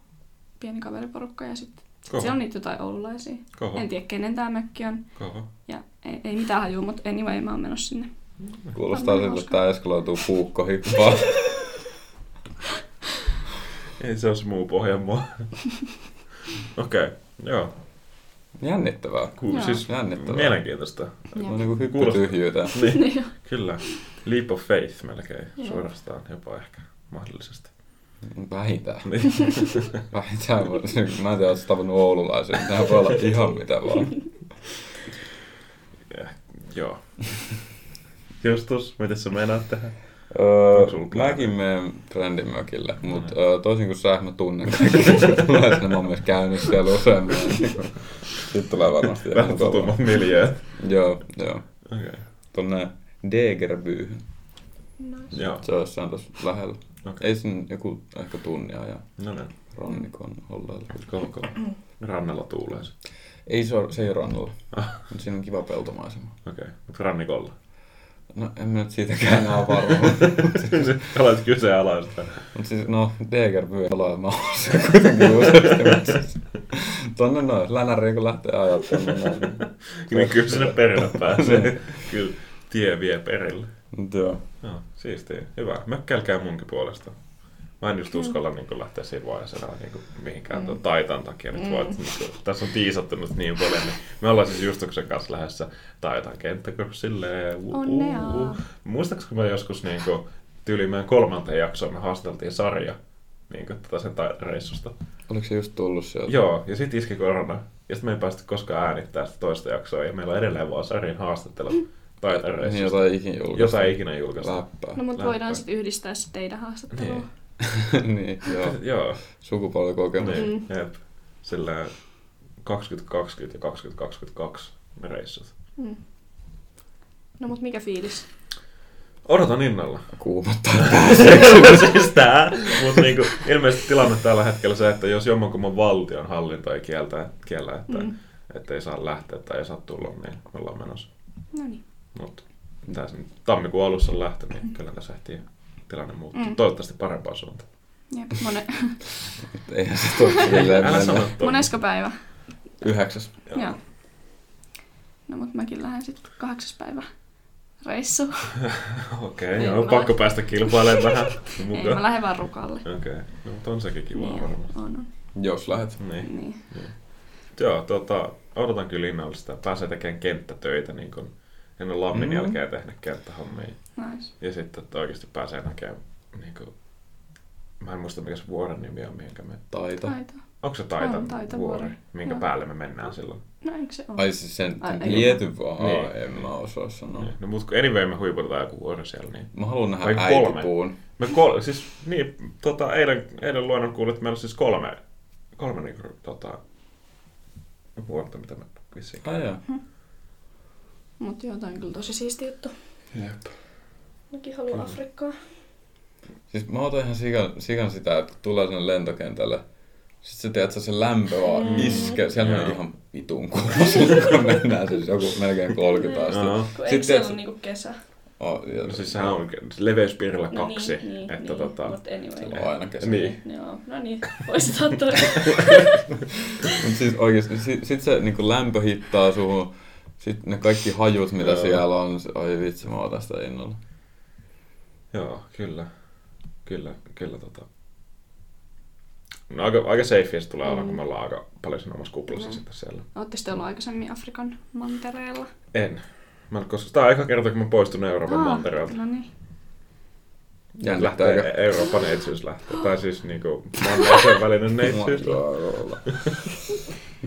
pieni kaveriporukka ja sitten Koho. siellä on niitä jotain oululaisia. Koho. En tiedä, kenen tää mökki on. Koho. Ja ei, ei mitään hajua, mutta anyway, mä oon menossa sinne. Kuulostaa siltä, että tää eskaloituu puukkohippaan. Ei se olisi muu *laughs* Pohjanmaa. Okei, joo. Jännittävää. Ku, Joo. siis Jännittävää. *laughs* mielenkiintoista. Mä oon niinku hyppy Kuulostaa. tyhjyyteen. Niin, Niin. kyllä. Leap of faith melkein, Joo. suorastaan jopa ehkä *laughs* mahdollisesti. Vähintään. Niin. Vähintään. voi- Mä en tiedä, oot sä tavannut oululaisia. Tää voi olla ihan mitä vaan. Joo. Justus, miten sä meinaat tehdä? Onks Öö, sulla plääni? mäkin menen friendin mökille, mutta öö, toisin kuin sä, mä tunnen kaikki, jotka tulee sinne. Mä oon myös käynyt siellä useammin. Sitten tulee varmasti ihan Vähän mukavaa. tutumman miljöön. Joo, joo. Okei, okay. Tuonne Degerbyyhyn. Nice. joo. Se olisi on tuossa lähellä. Okei. Ei sinne joku ehkä tunnia ja No niin, rannikon olleella. kova kova. Rannalla tuulee se. Ei se, ole, se ei ole rannalla, Ah, mutta siinä on kiva peltomaisema. Okei, okay. mutta rannikolla. No en mä nyt siitäkään enää varmaan. *laughs* Olet kyseenalaista. Mutta siis, no, Deger pyy olemaan se kuitenkin useasti. mut siis Tonne noin, länäriin kun lähtee ajattelemaan. Noin. Niin kyllä sinne perille pääsee. *laughs* kyllä tie vie perille. Mut joo. Joo, siistiä. Hyvä. Mökkäilkää munkin puolesta. Mä en just uskalla niin lähteä siinä vaiheessa enää niin mihinkään mm. tuon taitan takia. Nyt mm. voit, niin kuin, tässä on tiisattanut niin paljon, niin me ollaan siis Justuksen kanssa lähdessä taitan kenttäkurssille. Uh, Onnea. Muistaaks, kun me joskus niin kuin, tyyliin meidän kolmanteen jaksoon me haastateltiin sarja niin kuin, tätä sen taitareissusta. Oliko se just tullut sieltä? Joo, ja sitten iski korona. Ja sitten me ei päästy koskaan äänittämään sitä toista jaksoa. Ja meillä on edelleen vaan sarjan haastattelu Niin taitareissusta. jotain ikinä julkaista. Jota ei ikinä julkaista. Läppää. No mutta Lämpö. voidaan sitten yhdistää se teidän haastatteluun. Niin. *laughs* niin, joo. Joo. Sukupolvikokemus. Niin. Niin, jep. Sillä 2020 ja 2022 me reissut. Mm. No mutta mikä fiilis? Odotan *laughs* innolla. Kuumottaa. siis tää, mutta niinku, ilmeisesti tilanne tällä hetkellä se, että jos jommankumman valtion hallinto ei kieltä, kiellä, että, mm. Mm. että ei saa lähteä tai ei saa tulla, niin me ollaan menossa. No niin. Mutta mitä se nyt tammikuun alussa on lähtö, niin kyllä tässä ehtii tilanne muuttuu. Mm. Mm. Toivottavasti parempaan suuntaan. Jep. Mone, Eihän se toki silleen Älä sano mennä. tuon. monesko päivä? Yhdeksäs. Joo. Joo. No mut mäkin lähden sitten kahdeksas päivä reissu. Okei, okay, Ei, joo, mä- pakko päästä kilpailemaan vähän *laughs* Ei, mä mukaan. lähden vaan rukalle. Okei, okay. no mutta on sekin kiva Niin, niin. varmaan. on, on. Jos lähet. Niin. Niin. Joo, tota, odotan kyllä innolla sitä. Pääsee tekemään kenttätöitä, niin kun en ole lammin Mm. mm. jälkeen tehnyt kenttähommia. Nice. Ja sitten, että oikeasti pääsee näkemään, niin kun, mä en muista mikä se vuoren nimi on, minkä me... Taita. Taito. Onko se Taitan, On Taitan vuori, vuori, minkä joo. päälle me mennään silloin? No eikö se ole? Ai siis sen Ai, ei. viety vaan. Niin. Niin. En mä osaa sanoa. No, no mutta anyway me huiputetaan joku vuori siellä, niin... Mä haluan nähdä Vai kolme? äitipuun. Me kol- siis, niin, tota, eilen, eilen luennon kuulin, että meillä on siis kolme, kolme niin kuin, tota, vuorta, mitä me vissiin Ai joo. Mm-hmm. Mut joo, toi on kyllä tosi siisti juttu. Jep. Mäkin haluan Afrikkaa. Siis mä otan ihan sikan, sikan sitä, että kun tulee sinne lentokentälle, sit sä tiedät, että se lämpö vaan Mm-hmm. mm. iskee. Siellä on Joo. ihan vitun kuuma silloin, *laughs* kun mennään siis joku melkein 30 astetta. Joo. Kun Sitten- eikö siellä ole niinku kesä? Oh, ja No siis sehän on leveyspiirillä No kaksi, niin, niin, että niin, tota, Mut anyway. Silloin on no aina kesä. Niin. Joo, no niin, poistetaan *laughs* toi. Mut siis oikeesti, sit, sit se niinku lämpö hittaa suhun. Sitten ne kaikki hajut, mitä Joo. siellä on. se- Ai vitsi, mä otan sitä innolla. Joo, kyllä. Kyllä, kyllä tota. No aika, aika safe se tulee olla, kun me ollaan aika paljon siinä omassa kuplassa Mm. sitten siellä. Ootte sitten ollut aikaisemmin Afrikan mantereella? En. Mä en koska tää on eka kerta, kun mä poistun Euroopan Aa, mantereelta. No niin. Lähtee Jännittääkö? Niin, Euroopan neitsyys lähtee. Tai siis niinku manneeseen *laughs* välinen Niin, siis- neitsyys. Mua-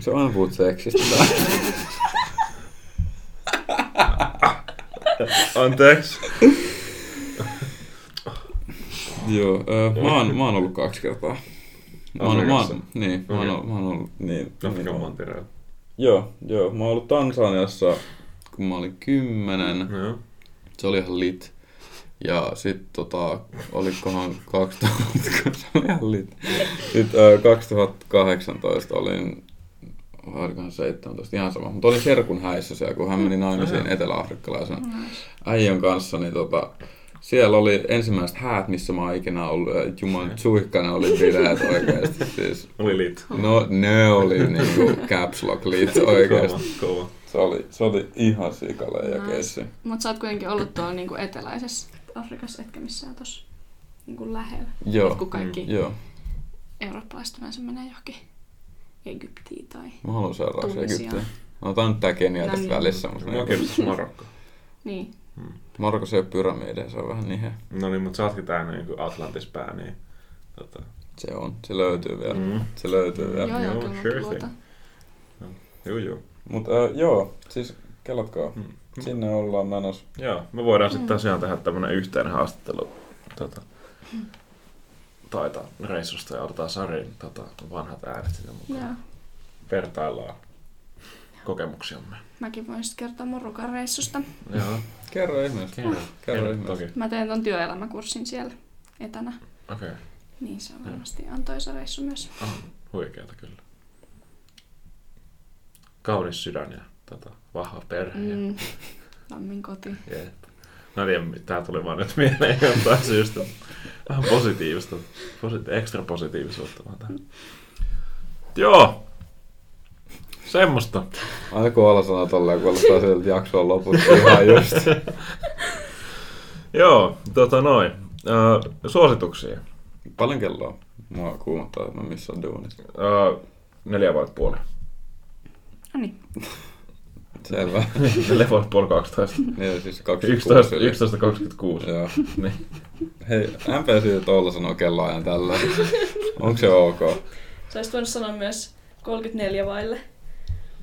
*laughs* Se on puhut seksistä. Anteeksi. *laughs* Joo, ö, mä, oon, mä oon ollut kaksi kertaa. Mä oon, mä Afrikassa? oon, niin, mä oon, mä oon ollut, niin. Afrikan niin. No, mantereella. Joo, joo. Mä oon ollut Tansaniassa, kun mä olin kymmenen. Joo. Se oli ihan lit. Ja sit tota, olikohan 2000, se oli ihan lit. Sit ö, 2018 olin, olikohan 17, ihan sama. Mutta olin serkun häissä siellä, kun hän meni naimisiin eteläafrikkalaisen äijän kanssa, niin tota, siellä oli ensimmäiset häät, missä mä oon ikinä ollut, ja juman suihkana oli bileet oikeesti. Siis, Oli lit. no ne oli niinku caps lock lit oikeesti. Kova, kova. Se oli, se oli ihan sikale ja Nice. keissi. Mut sä oot kuitenkin ollut tuolla niinku eteläisessä Afrikassa, etkä missään tossa niinku lähellä. Joo, Kun kaikki mm. joo. eurooppalaiset yleensä menee johonkin Egyptiin tai... Mä haluan seuraavaksi Tunisia. Egyptiin. No tää on nyt tää Kenia No tässä niin. välissä, mutta Mä niin, kertoisin Marokko. Niin. Marko se ei ole pyramideja, se on vähän nihe. No niin, mutta sä ootkin täällä niinku Atlantispää, niin tota, Se on, se löytyy vielä. Mm. Se löytyy vielä. joo, joo, joo, kyllä sure mä luotan. Joo, joo. Mutta äh, joo, siis kelatkaa. Sinne ollaan menossa. Mm. Joo, me voidaan sitten tosiaan tehdä tämmönen yhteinen haastattelu. Tota, taita reissusta ja otetaan Sarin tota, vanhat äänet sinne mukaan. Joo. Vertaillaan kokemuksiamme. Mäkin voin sitten kertoa mun rukareissusta. Joo, Kerro ihmeessä. Kerro ihmeessä. Okei. Mä teen ton työelämäkurssin siellä etänä. Okay. Niin se on varmasti antoisa reissu myös. Huikeeta kyllä. Kaunis sydän ja tota, vahva perhe. Mm. Mm. Lammin koti. Jep. Mä en tiedä, tää tuli vaan nyt mieleen jostain syystä. Vähän positiivista, posi- ekstra positiivisuutta vaan tähän. Joo. Semmosta. Aina kun olla sanoo tolleen, kuulostaa siltä että jakso on lopussa ihan *laughs* just. Joo, tota noin. Äh, suosituksia. Paljon kelloa. Mua kuumottaa, että mä missään duunissa. Äh, neljä vai puoli. *laughs* No niin. *laughs* Selvä. neljä vai puoli 12. niin, siis 11, 26. 11.26. Joo. Niin. Hei, MP siitä että Olla sanoo kelloajan tällä. Onko se ok? Sä olisit voinut sanoa myös 34 vaille.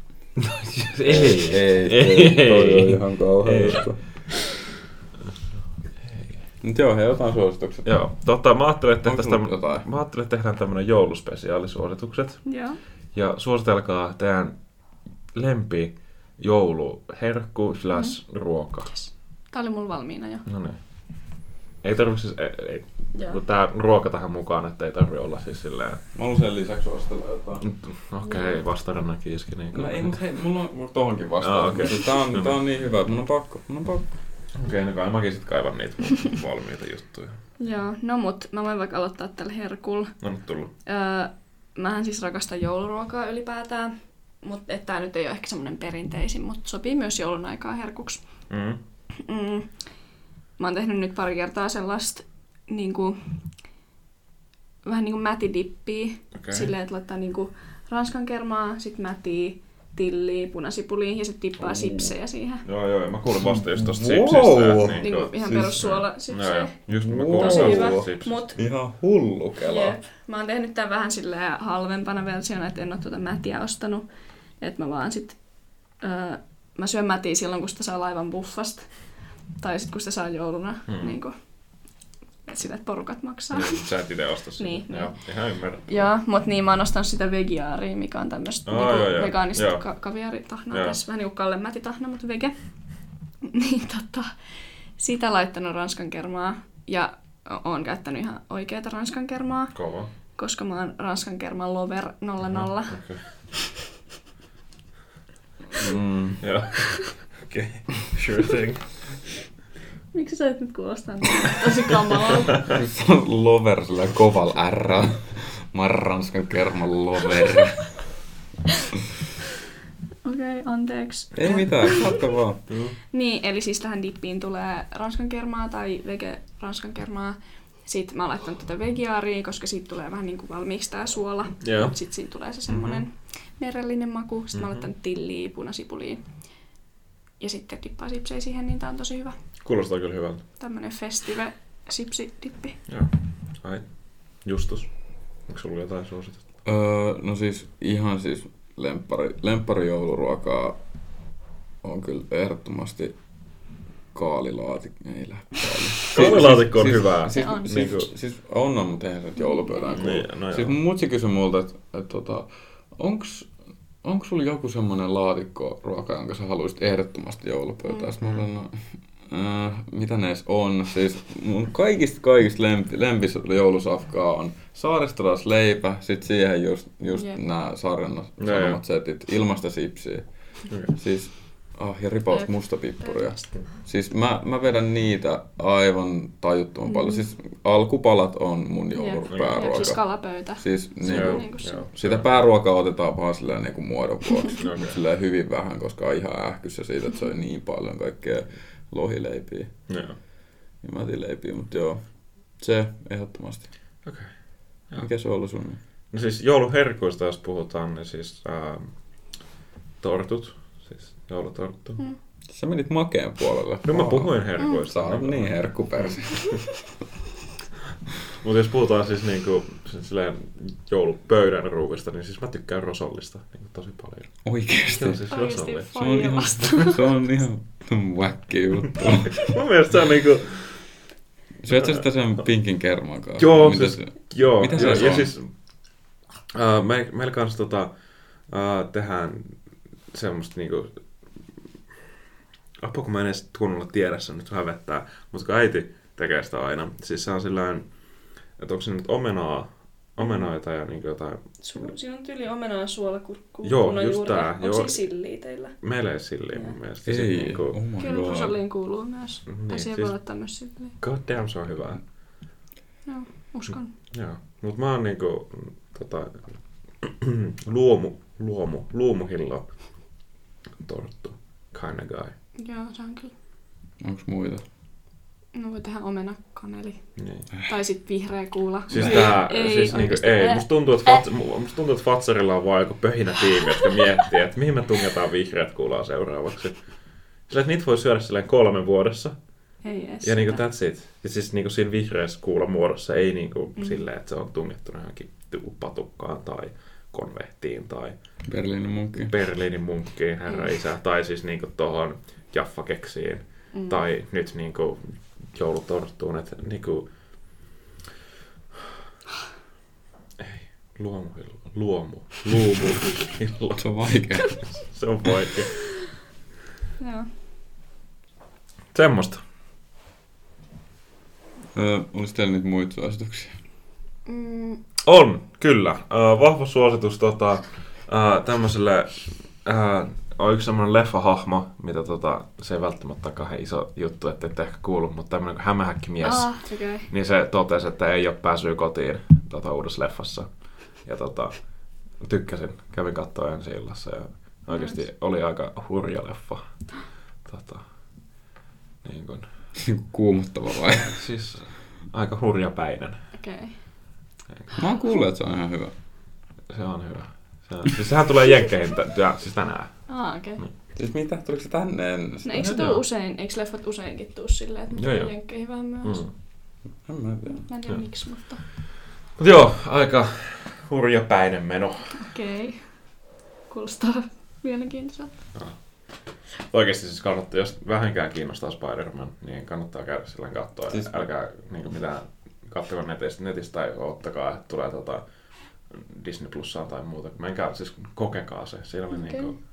*laughs* Ei. Ei, Ei. ei, toi on ihan kauheasta. Nyt joo, hei, jotain suositukset. Joo, tota, mä ajattelin, että Onko tehtäis tämmö- sulla jotain? mä ajattelin, että tehdään tämmönen jouluspesiaalisuositukset. Joo. Ja suositelkaa teidän lempi jouluherkku slash Mm. ruoka. Yes. Tää oli mulla valmiina jo. No niin. Ei tarvi siis, ei, ei. Joo. tää ruoka tähän mukaan, että ei tarvi olla siis silleen, Mä haluan sen lisäksi suositella jotain. okei, okay, vastarannan kiiski niin No ei, Okei, mutta hei, mulla on Ah, mulla tohonkin Aa, vastaan. okei. Mutta tää, on, tää on niin hyvä, että mun on pakko, mun on pakko. okay, no kai mäkin sit kaivan niitä valmiita juttuja. Joo. No mut, mä voin vaikka aloittaa tällä herkulla. No nyt tullut. Öö, mähän siis rakastan jouluruokaa ylipäätään. Mutta tämä nyt ei ole ehkä semmoinen perinteisin, mutta sopii myös joulun aikaa herkuksi. Mm. Mm. Mä oon tehnyt nyt pari kertaa sellaista niinku, vähän niin kuin mätidippiä. Okei. Okay. Silleen, että laittaa niinku ranskan kermaa, sit mätiä, tilliä, punasipulia ja sit tippaa Oh. Mm. sipsejä siihen. Joo, joo, ja mä kuulin vasta just tosta Wow. sipsistä. että Niin niinku- kuin ihan siis- perussuola Joo, No joo. sipsejä. Just mä Wow. kuulin Tosi vasta hyvä. tosta sipsistä. Mut Ihan hullu kela. jep, mä oon tehnyt tämän vähän silleen halvempana versiona, että en oo tuota mätiä ostanut. Että mä vaan sit, öö, mä syön mätiä silloin, kun sitä saa laivan buffasta. Tai sit kun sitä saa jouluna. Hmm. Hmm. Niinku, et sitä, että porukat maksaa. Niin, sä et itse osta sitä. Niin, Joo, ihan ymmärrän. *laughs* Joo, mutta niin mä oon ostanut sitä vegiaaria, mikä on tämmöistä Aa, oh, niinku joo, joo. vegaanista Joo. ka- kaviaritahnaa, Joo. tai siis vähän niinku Kalle Mätitahna, mutta vege. *laughs* niin tota, sitä laittanut ranskan kermaa ja o- oon käyttänyt ihan oikeata ranskan kermaa, Kova. koska mä oon ranskan kerman lover 00. Okei. Mm. Joo. *laughs* Okei. Sure thing. Miksi sä et nyt kuulostaa niin tosi kamalalta? Lover sillä koval R. Mä oon ranskan kerman *laughs* lover. Okei, okay, anteeksi. Ei mitään, katso vaan. Niin, eli siis tähän dippiin tulee ranskan kermaa tai vege ranskan kermaa. Sitten mä oon laittanut tätä vegiaaria, koska siitä tulee vähän niin kuin valmiiksi tää suola. Joo. Sitten siinä tulee se semmoinen mm-hmm. merellinen maku. Sitten mm-hmm. mä oon laittanut tilliä, punasipulia. Ja sitten dippaa sipsejä siihen, niin tää on tosi hyvä. Kuulostaa kyllä hyvältä. Tämmönen festive sipsidippi. Joo. Ai. Justus. Onko sulla jotain suositusta? Öö, no siis ihan siis lemppari, lemppari jouluruokaa on kyllä ehdottomasti kaalilaatikko. Ei lähde kaali. Kaalilaatikko on siis, hyvää. Siis, Se on. siis, Niinku- siis, siis on, on, mutta eihän se nyt joulupöytään kuulu. Niin, no joo. siis mun mutsi kysyi multa, että et, tota, onks, onks sulla joku semmonen laatikko ruoka, jonka sä haluaisit ehdottomasti joulupöytään? Mm. Mä olin, no, äh, mitä ne edes on? Siis mun kaikista kaikista lempi, lempis joulusafkaa on saaristolasleipä, sit siihen just, just Jep. yep. nämä sarjannas No joo. sanomat setit, ilmasta sipsiä. Okei. Siis, ah, ja ripaus Jep. mustapippuria. Siis mä, mä vedän niitä aivan tajuttoman Mm. mm. paljon. Siis alkupalat on mun Jep. joulupääruoka. Siis kalapöytä. Siis niin Joo, kuin, niinku se. joo. sitä pääruokaa otetaan vaan silleen niin kuin muodon vuoksi. *laughs* Okei. Mut silleen hyvin vähän, koska on ihan ähkyssä siitä, että se on niin paljon kaikkea lohileipiä Joo. ja mätileipiä. Mutta joo, se ehdottomasti. Okei. Joo. Mikä se on ollut sun? No siis jouluherkuista, jos puhutaan, niin siis ähm, tortut. Siis joulutorttu. Mm. Sä menit makeen puolelle. No mä Aa, niin puhuin herkuista. Sä oot niin herkkupersi. Mutta jos puhutaan siis niinku, siis silleen joulupöydän ruuista, niin siis mä tykkään rosollista niinku tosi paljon. Se Oikeesti. on siis Oikeesti rosolli. Se on ihan, *laughs* se on ihan väkki juttu. Mun mielestä se on niinku, Syötkö sitä sen pinkin kerman kanssa? No. Joo, Mitä siis, joo, mitä se joo, ja on? siis ää, me, meillä kanssa tota, ää, tehdään semmoista niinku, apua kun mä en edes kunnolla tiedä sen, nyt hävettää, mutta kun äiti tekee sitä aina, siis se on sillään, että onko se nyt omenaa, omenoita ja niinku jotain, Su- siinä on tyyli omenaa, suolakurkku, Joo, punajuurta. just tää, Onko joo. siinä silliä teillä? meillä ei silliä mun mielestä. Sit Ei, niinku- oh my Kyllä god. rosolliin kuuluu myös. Niin, Niin, Asia siis- voi ottaa myös silliä. God damn, se on hyvää. Joo, uskon. Joo, mutta mä oon niinku mm, tota, *clears throat* luomu, luomu, luomuhillo torttu kinda guy. Joo, se on kyllä. Onks muita? No voi tehdä omenakaneli. Niin. Tai sit vihreä kuula. Siis tää, Ei, ei, siis niinku, oikeesti. ei, Ää. musta tuntuu, että Fats, mu- musta tuntuu, että Fatsarilla on vaan joku pöhinä tiimi, jotka miettii, että mihin me tungetaan vihreät kuulaa seuraavaksi. Sillä, että niitä voi syödä silleen kolme vuodessa. Ei edes Ja niinku sitä. that's it. Ja siis niinku siinä vihreässä kuulan muodossa ei niinku mm. silleen, että se on tungettuna johonkin tu- patukkaan tai konvehtiin tai Berliinin munkki. Berliinin munkkiin, herra isä, tai siis niinku tohon jaffakeksiin, mm. tai nyt niinku joulutorttuun, että niinku... Ei, luomu, luomu, luomu, *laughs* illo. Se on vaikea. se on vaikea. Joo. Semmosta. Ö, Olis teillä niitä muita suosituksia? *laughs* Mm, On, kyllä. Äh, vahva suositus tota, äh, tämmöiselle, äh, on yksi semmoinen leffahahmo, mitä tota, se ei välttämättä ole kauhean iso juttu, että ette ehkä kuullut, mutta tämmöinen kuin hämähäkkimies. Ah, okei. Okay. niin se totesi, että ei ole pääsyä kotiin tota, uudessa leffassa. Ja tota, tykkäsin. Kävin katsoa ensi illassa ja oikeasti Nice. oli aika hurja leffa. Tota, niin kun, Niinku kuumottava vai? siis aika hurja päinen. Okay. Mä oon kuullut, että se on ihan hyvä. Se on hyvä. Se on, siis sehän tulee Jenkkeihin t- ja, siis tänään. Ah, okei. Okay. Siis mitä? Tuliko se tänne ennen? No eikö se Joo, tuu No, joo. usein, eikö leffat useinkin tuu silleen, että Joo, joo. joo, jenkkeihin vähän myöhässä? Mm. Mm. En mä tiedä. Mä en tiedä Joo. miksi, mutta Mut joo, aika hurja päinen meno. okei. Okay. Kuulostaa *laughs* mielenkiintoiselta. Oikeasti siis kannattaa, jos vähänkään kiinnostaa Spider-Man, niin kannattaa käydä sillä katsoa. Siis... Siis- Älkää niin mitään katsoa netistä, netistä tai ottakaa, että tulee tota Disney Plusaan tai muuta. Menkää siis kokekaa se. Siinä oli okay. Okei. niin kuin,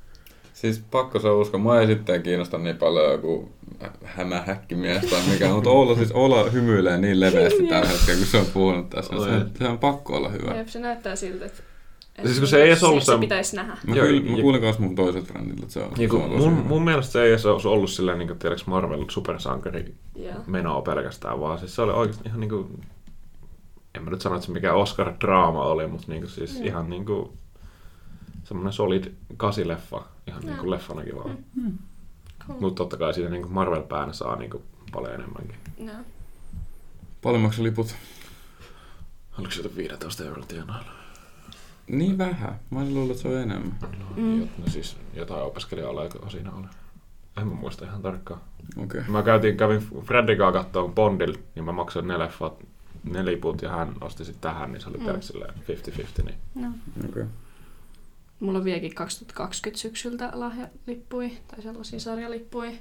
Siis pakko se uskoa. Mua ei sitten kiinnosta niin paljon joku hämähäkkimies tai *laughs* mikä. Mutta Oula siis Oula hymyilee niin leveästi tällä hetkellä, kun se on puhunut tässä. Oi. Se, se on pakko olla hyvä. Jep, se näyttää siltä, että Siis kun se ei edes se, ollut se, sen- pitäisi nähdä. Mä, Joo, Joo, kyllä, ja- mä kuulin myös mun toiset frendiltä, että se on, niin se kuin, on tosi mun, hyvä. mun, mielestä se ei edes olisi ollut sillä niin kuin, tiedäks Marvel supersankari Joo. menoa pelkästään, vaan siis se oli oikeasti ihan niin kuin, en mä nyt sano, että se mikä Oscar-draama oli, mutta niin kuin, siis mm. Mm. ihan niin kuin, semmoinen solid kasileffa, ihan niin kuin Mm. leffanäkin vaan. Cool. Mutta totta kai siitä niin Marvel-päänä saa niin kuin paljon enemmänkin. No. Paljon maksoi liput? Oliko sieltä 15 euron tienailla? Niin vähän. Mä olisin luullut, että se on enemmän. No, Mm. jot, no siis jotain opiskelija siinä oli. En mä muista ihan tarkkaan. Okei. Okay. Mä käytiin, kävin Fredrikaa kattoon Bondil, niin mä maksoin ne leffat, ne liput ja hän osti sitten tähän, niin se oli Mm. mm. silleen 50-50. Niin. no. Okay. Mulla on vieläkin 2020 syksyltä lahjalippui tai sellaisia sarjalippui.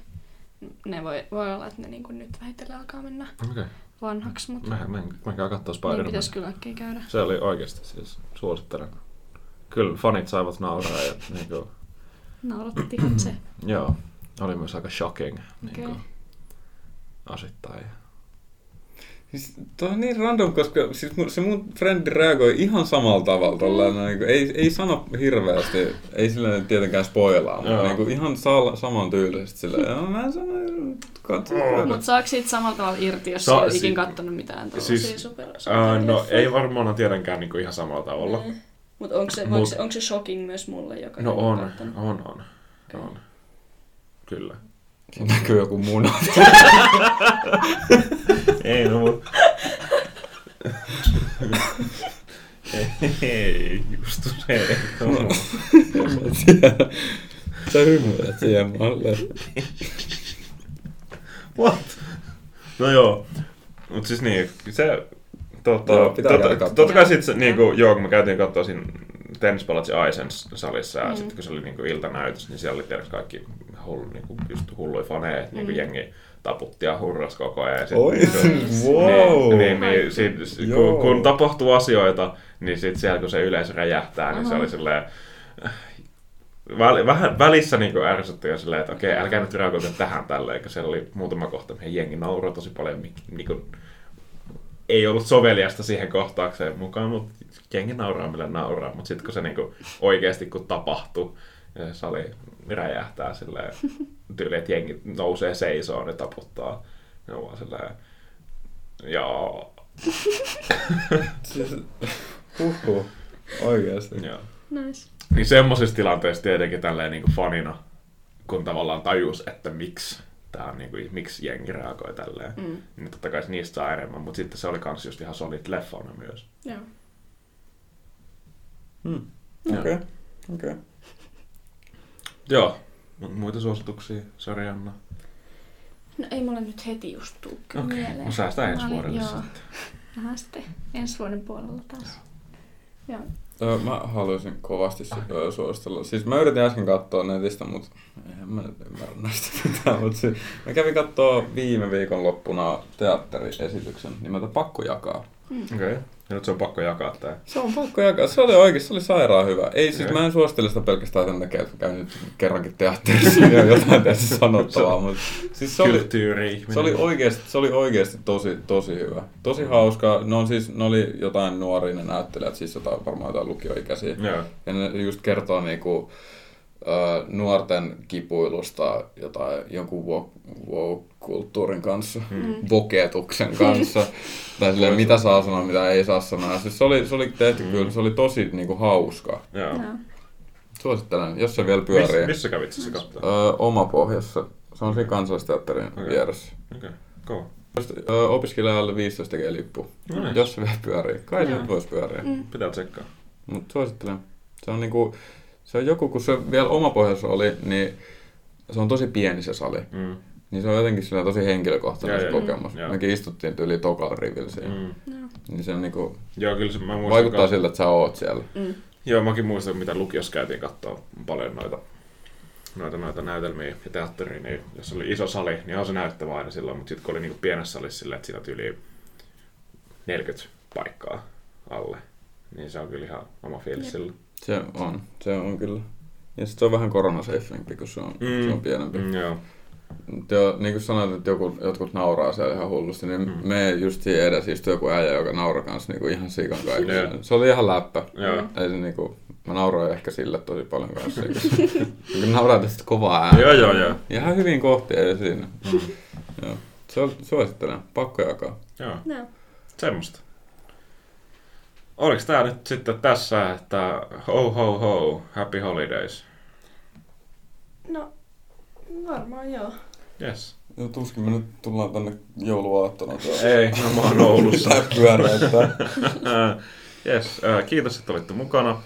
Ne voi, voi olla, että ne niinku nyt vähitellen alkaa mennä Okei, okay. vanhaksi, mutta mä, mä, mä käyn kattoo niin Mm, Spider-Man. pitäisi kyllä äkkiä käydä. Se oli oikeasti siis suosittelen. Kyllä fanit saivat nauraa ja niinku, Nauratti se. joo, oli myös aika shocking Okei. niinku, asittain. Siis, toi on niin random, koska siis mun, se mun frendi reagoi ihan samalla tavalla. Tolleen, mm. niin ei, ei sano hirveästi, ei sillä nyt tietenkään spoilaa, Joo. mutta niin kuin ihan sal, saman tyylisesti. Silleen, joo, mä en sano, katso. Mutta saako siitä samalla tavalla irti, jos Saa- Sa- ei ole si- ikin kattonut mitään tuollaisia siis- siis, super Ää, no ei varmaan tietenkään niinku ihan samalla tavalla. Mm. Mutta onko se, Mut- Niin. Mut... se, onko se shocking myös mulle, joka No ei ole on, kattonut? on, on, on. Kyllä. Siinä näkyy joku muna. *laughs* Ei, no *laughs* mut... ei, just se. *laughs* No. Sä hymyilet siihen malle. What? No joo. Mut siis niin, se Tota, Joo, pitää tota, käydä katsomassa. totta kai Joo. sitten, niin kuin, joo, kun me käytiin katsoa siinä Tennis Palace Aisens salissa, ja Mm. sitten kun se oli niin kuin iltanäytös, niin siellä oli tiedätkö, kaikki hullu, niin kuin, just hulluja faneja, että niin kuin, Mm. jengi taputti ja hurras koko ajan. Ja sit, Oi, niin *laughs* kuin- wow! Niin, niin, niin sit, kun, Joo. kun tapahtuu asioita, niin sitten siellä kun se yleisö räjähtää, niin se Aha. oli silleen... väl- Vähän välissä niin ärsytti jo silleen, että okei, älkää nyt reagoida tähän tälleen, kun siellä oli muutama kohta, mihin jengi nauroi tosi paljon, niin kuin, ei ollut soveliasta siihen kohtaukseen mukaan, mutta jengi nauraa, millä nauraa. Mutta sitten kun se niinku oikeasti kun tapahtuu, ja se sali räjähtää silleen tyyli, että jengi nousee seisoon ja taputtaa. Ne on vaan silleen, joo, Siis, huhhuh, oikeesti. joo. Nice. Niin semmoisissa tilanteissa tietenkin tälleen niinku fanina, kun tavallaan tajus, että miksi tää on niinku, miksi jengi reagoi tälleen. Mm. Mm. Niin totta kai niistä saa enemmän, mutta sitten se oli kans just ihan solid leffana myös. Joo. Hmm. Joo. Okei, okay. okei. Okay. Joo. Mut muita suosituksia, sori Anna. No ei mulla nyt heti just tuu kyllä Okei, mieleen. no säästää ensi Mä olin- vuodelle Joo, nähdään sitten ensi vuoden puolella taas. Joo. Öö, mä haluaisin kovasti su- öö, suositella. Siis mä yritin äsken katsoa netistä, mutta en mä nyt ymmärrä näistä *laughs* mitään. Mut siis, mä kävin katsoa viime viikon loppuna teatteriesityksen nimeltä Pakko jakaa. Okei. Okay. Ja nyt se on pakko jakaa tää. Se on pakko jakaa. Se oli oikein, se oli sairaan hyvä. Ei, siis Joo. mä en suosittele sitä pelkästään sen takia, että mä käyn nyt kerrankin teatterissa. niin on *laughs* jotain tässä sanottavaa. Mutta siis se oli, Kulttuuri ihminen. se oli, oikeasti, se oli oikeasti tosi, tosi hyvä. Tosi hauska. Ne, on siis, ne oli jotain nuoria ne näyttelijät, siis jotain, varmaan jotain lukioikäisiä. Joo. Ja ne just kertoo niinku, ö, nuorten kipuilusta jotain jonkun wo- woke-kulttuurin kanssa, Hmm. mm. boketuksen kanssa, tai silleen, mitä saa sanoa, mitä ei saa sanoa. Siis se, oli, se oli tehty mm. Hmm. kyllä, se oli tosi niinku, hauska. Joo. Joo. Suosittelen, jos se vielä Miss, pyörii. missä sä kävit siis se katsoa? Ö, oma pohjassa. Se on siinä kansallisteatterin Okei. vieressä. Okei. Kova. Just, Ö, opiskelijalle 15 tekee lippu. No niin. Jos se vielä pyörii. Kai se Joo. nyt voisi pyöriä. Mm. Pitää tsekkaa. Mutta suosittelen. Se on niinku, se on joku, kun se vielä oma pohjassa oli, niin se on tosi pieni se sali. Mm. Niin se on jotenkin sillä tosi henkilökohtainen Joo, se joo. kokemus. Mm, joo. Mekin istuttiin yli tokalla rivillä siinä. Mm. Joo. Niin se on niinku, Joo, kyllä se mä muistan. vaikuttaa kans- siltä, että sä oot siellä. Mm. Joo, mäkin muistan, mitä lukiossa käytiin katsoa paljon noita, noita, noita näytelmiä ja teatteria, niin jos oli iso sali, niin on se näyttävä aina silloin, mutta sitten kun oli niinku pienessä salissa silleen, että siinä on yli 40 paikkaa alle, niin se on kyllä ihan oma fiilis Jep. sillä. Se on, se on kyllä. Ja sitten se on vähän koronasafempi, kun se on, mm. se on pienempi. Mm, joo. Mut Joo, niin kuin sanoit, että joku, jotkut nauraa siellä ihan hullusti, niin Mm. mm. me just siinä edessä istui joku äijä, joka nauraa kanssa niin kuin ihan siikan kaikille. Joo. Se oli ihan läppä. Joo. Ei se niinku, mä nauroin ehkä sille tosi paljon kanssa. Kun *laughs* nauraa tästä kovaa ääntä. Joo, Mm. joo, joo. Ihan hyvin kohti ei siinä. Joo. Se on, suosittelen, pakko jakaa. joo. Joo. Semmosta. Oliko tää nyt sitten tässä, että ho ho ho, happy holidays? No, varmaan joo. Yes. No, tuskin me nyt tullaan tänne jouluaattona. Ei, no mä oon *laughs* Oulussa. pyöräyttää. yes, äh, kiitos, että olitte mukana.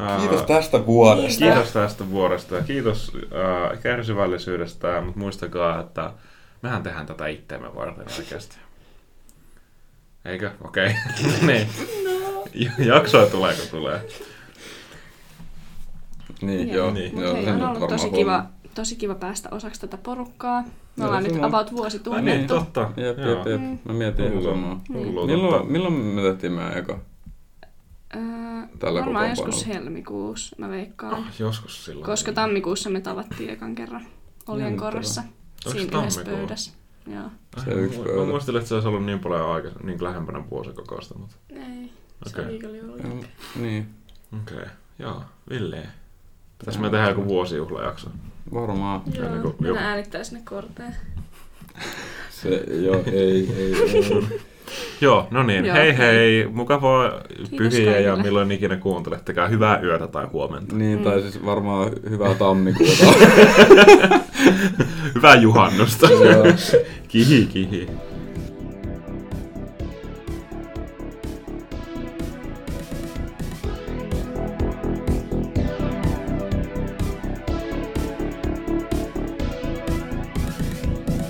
Äh, tästä vuodesta. Kiitos tästä vuodesta ja kiitos äh, kärsivällisyydestä, mutta muistakaa, että mehän tehdään tätä itteemme varten oikeasti. Eikö? Okei. *laughs* Okay. niin. No. *laughs* Jaksoa tulee, kun tulee. Niin, joo. Niin. Mut joo, hei, sen on nyt ollut varmaan tosi kiva, tosi kiva päästä osaksi tätä porukkaa. Me Joo, ollaan se nyt on. about vuosi Ai niin, tunnettu. totta. Jep, Joo. jep, jep. Mä mietin ihan Hullu. samaa. Hullua Milloin, totta. milloin me tehtiin meidän eka? Öö, Tällä varmaan kokoonpanolla. joskus helmikuussa, mä veikkaan. Ah, joskus silloin. Koska tammikuussa me tavattiin ekan kerran Oljenkorassa. Oliko se Siinä yhdessä tammikuulla? pöydässä. Joo. Ai, Se yksi mä- pöytä. Mä muistelin, että se olisi ollut niin paljon aikaisemmin, niin lähempänä vuosikokousta, mutta Ei, se Okei. oli kyllä juuri. Joo, Niin, okei. Okay. Joo, villee. Pitäis me tehdä joku vuosijuhlajakso. varmaan. Joo, Joo, niin kuin- mennään joku- äänittää sinne korteen. Se, joo, ei, ei, ei. Joo, no niin. Joo. Hei hei, mukavaa pyhiä ja kaikille. milloin ikinä kuuntelettekaan. Hyvää yötä tai huomenta. Niin, tai siis varmaan hyvää tammikuuta. Hyvää juhannusta. Joo. *laughs* kihi kihi.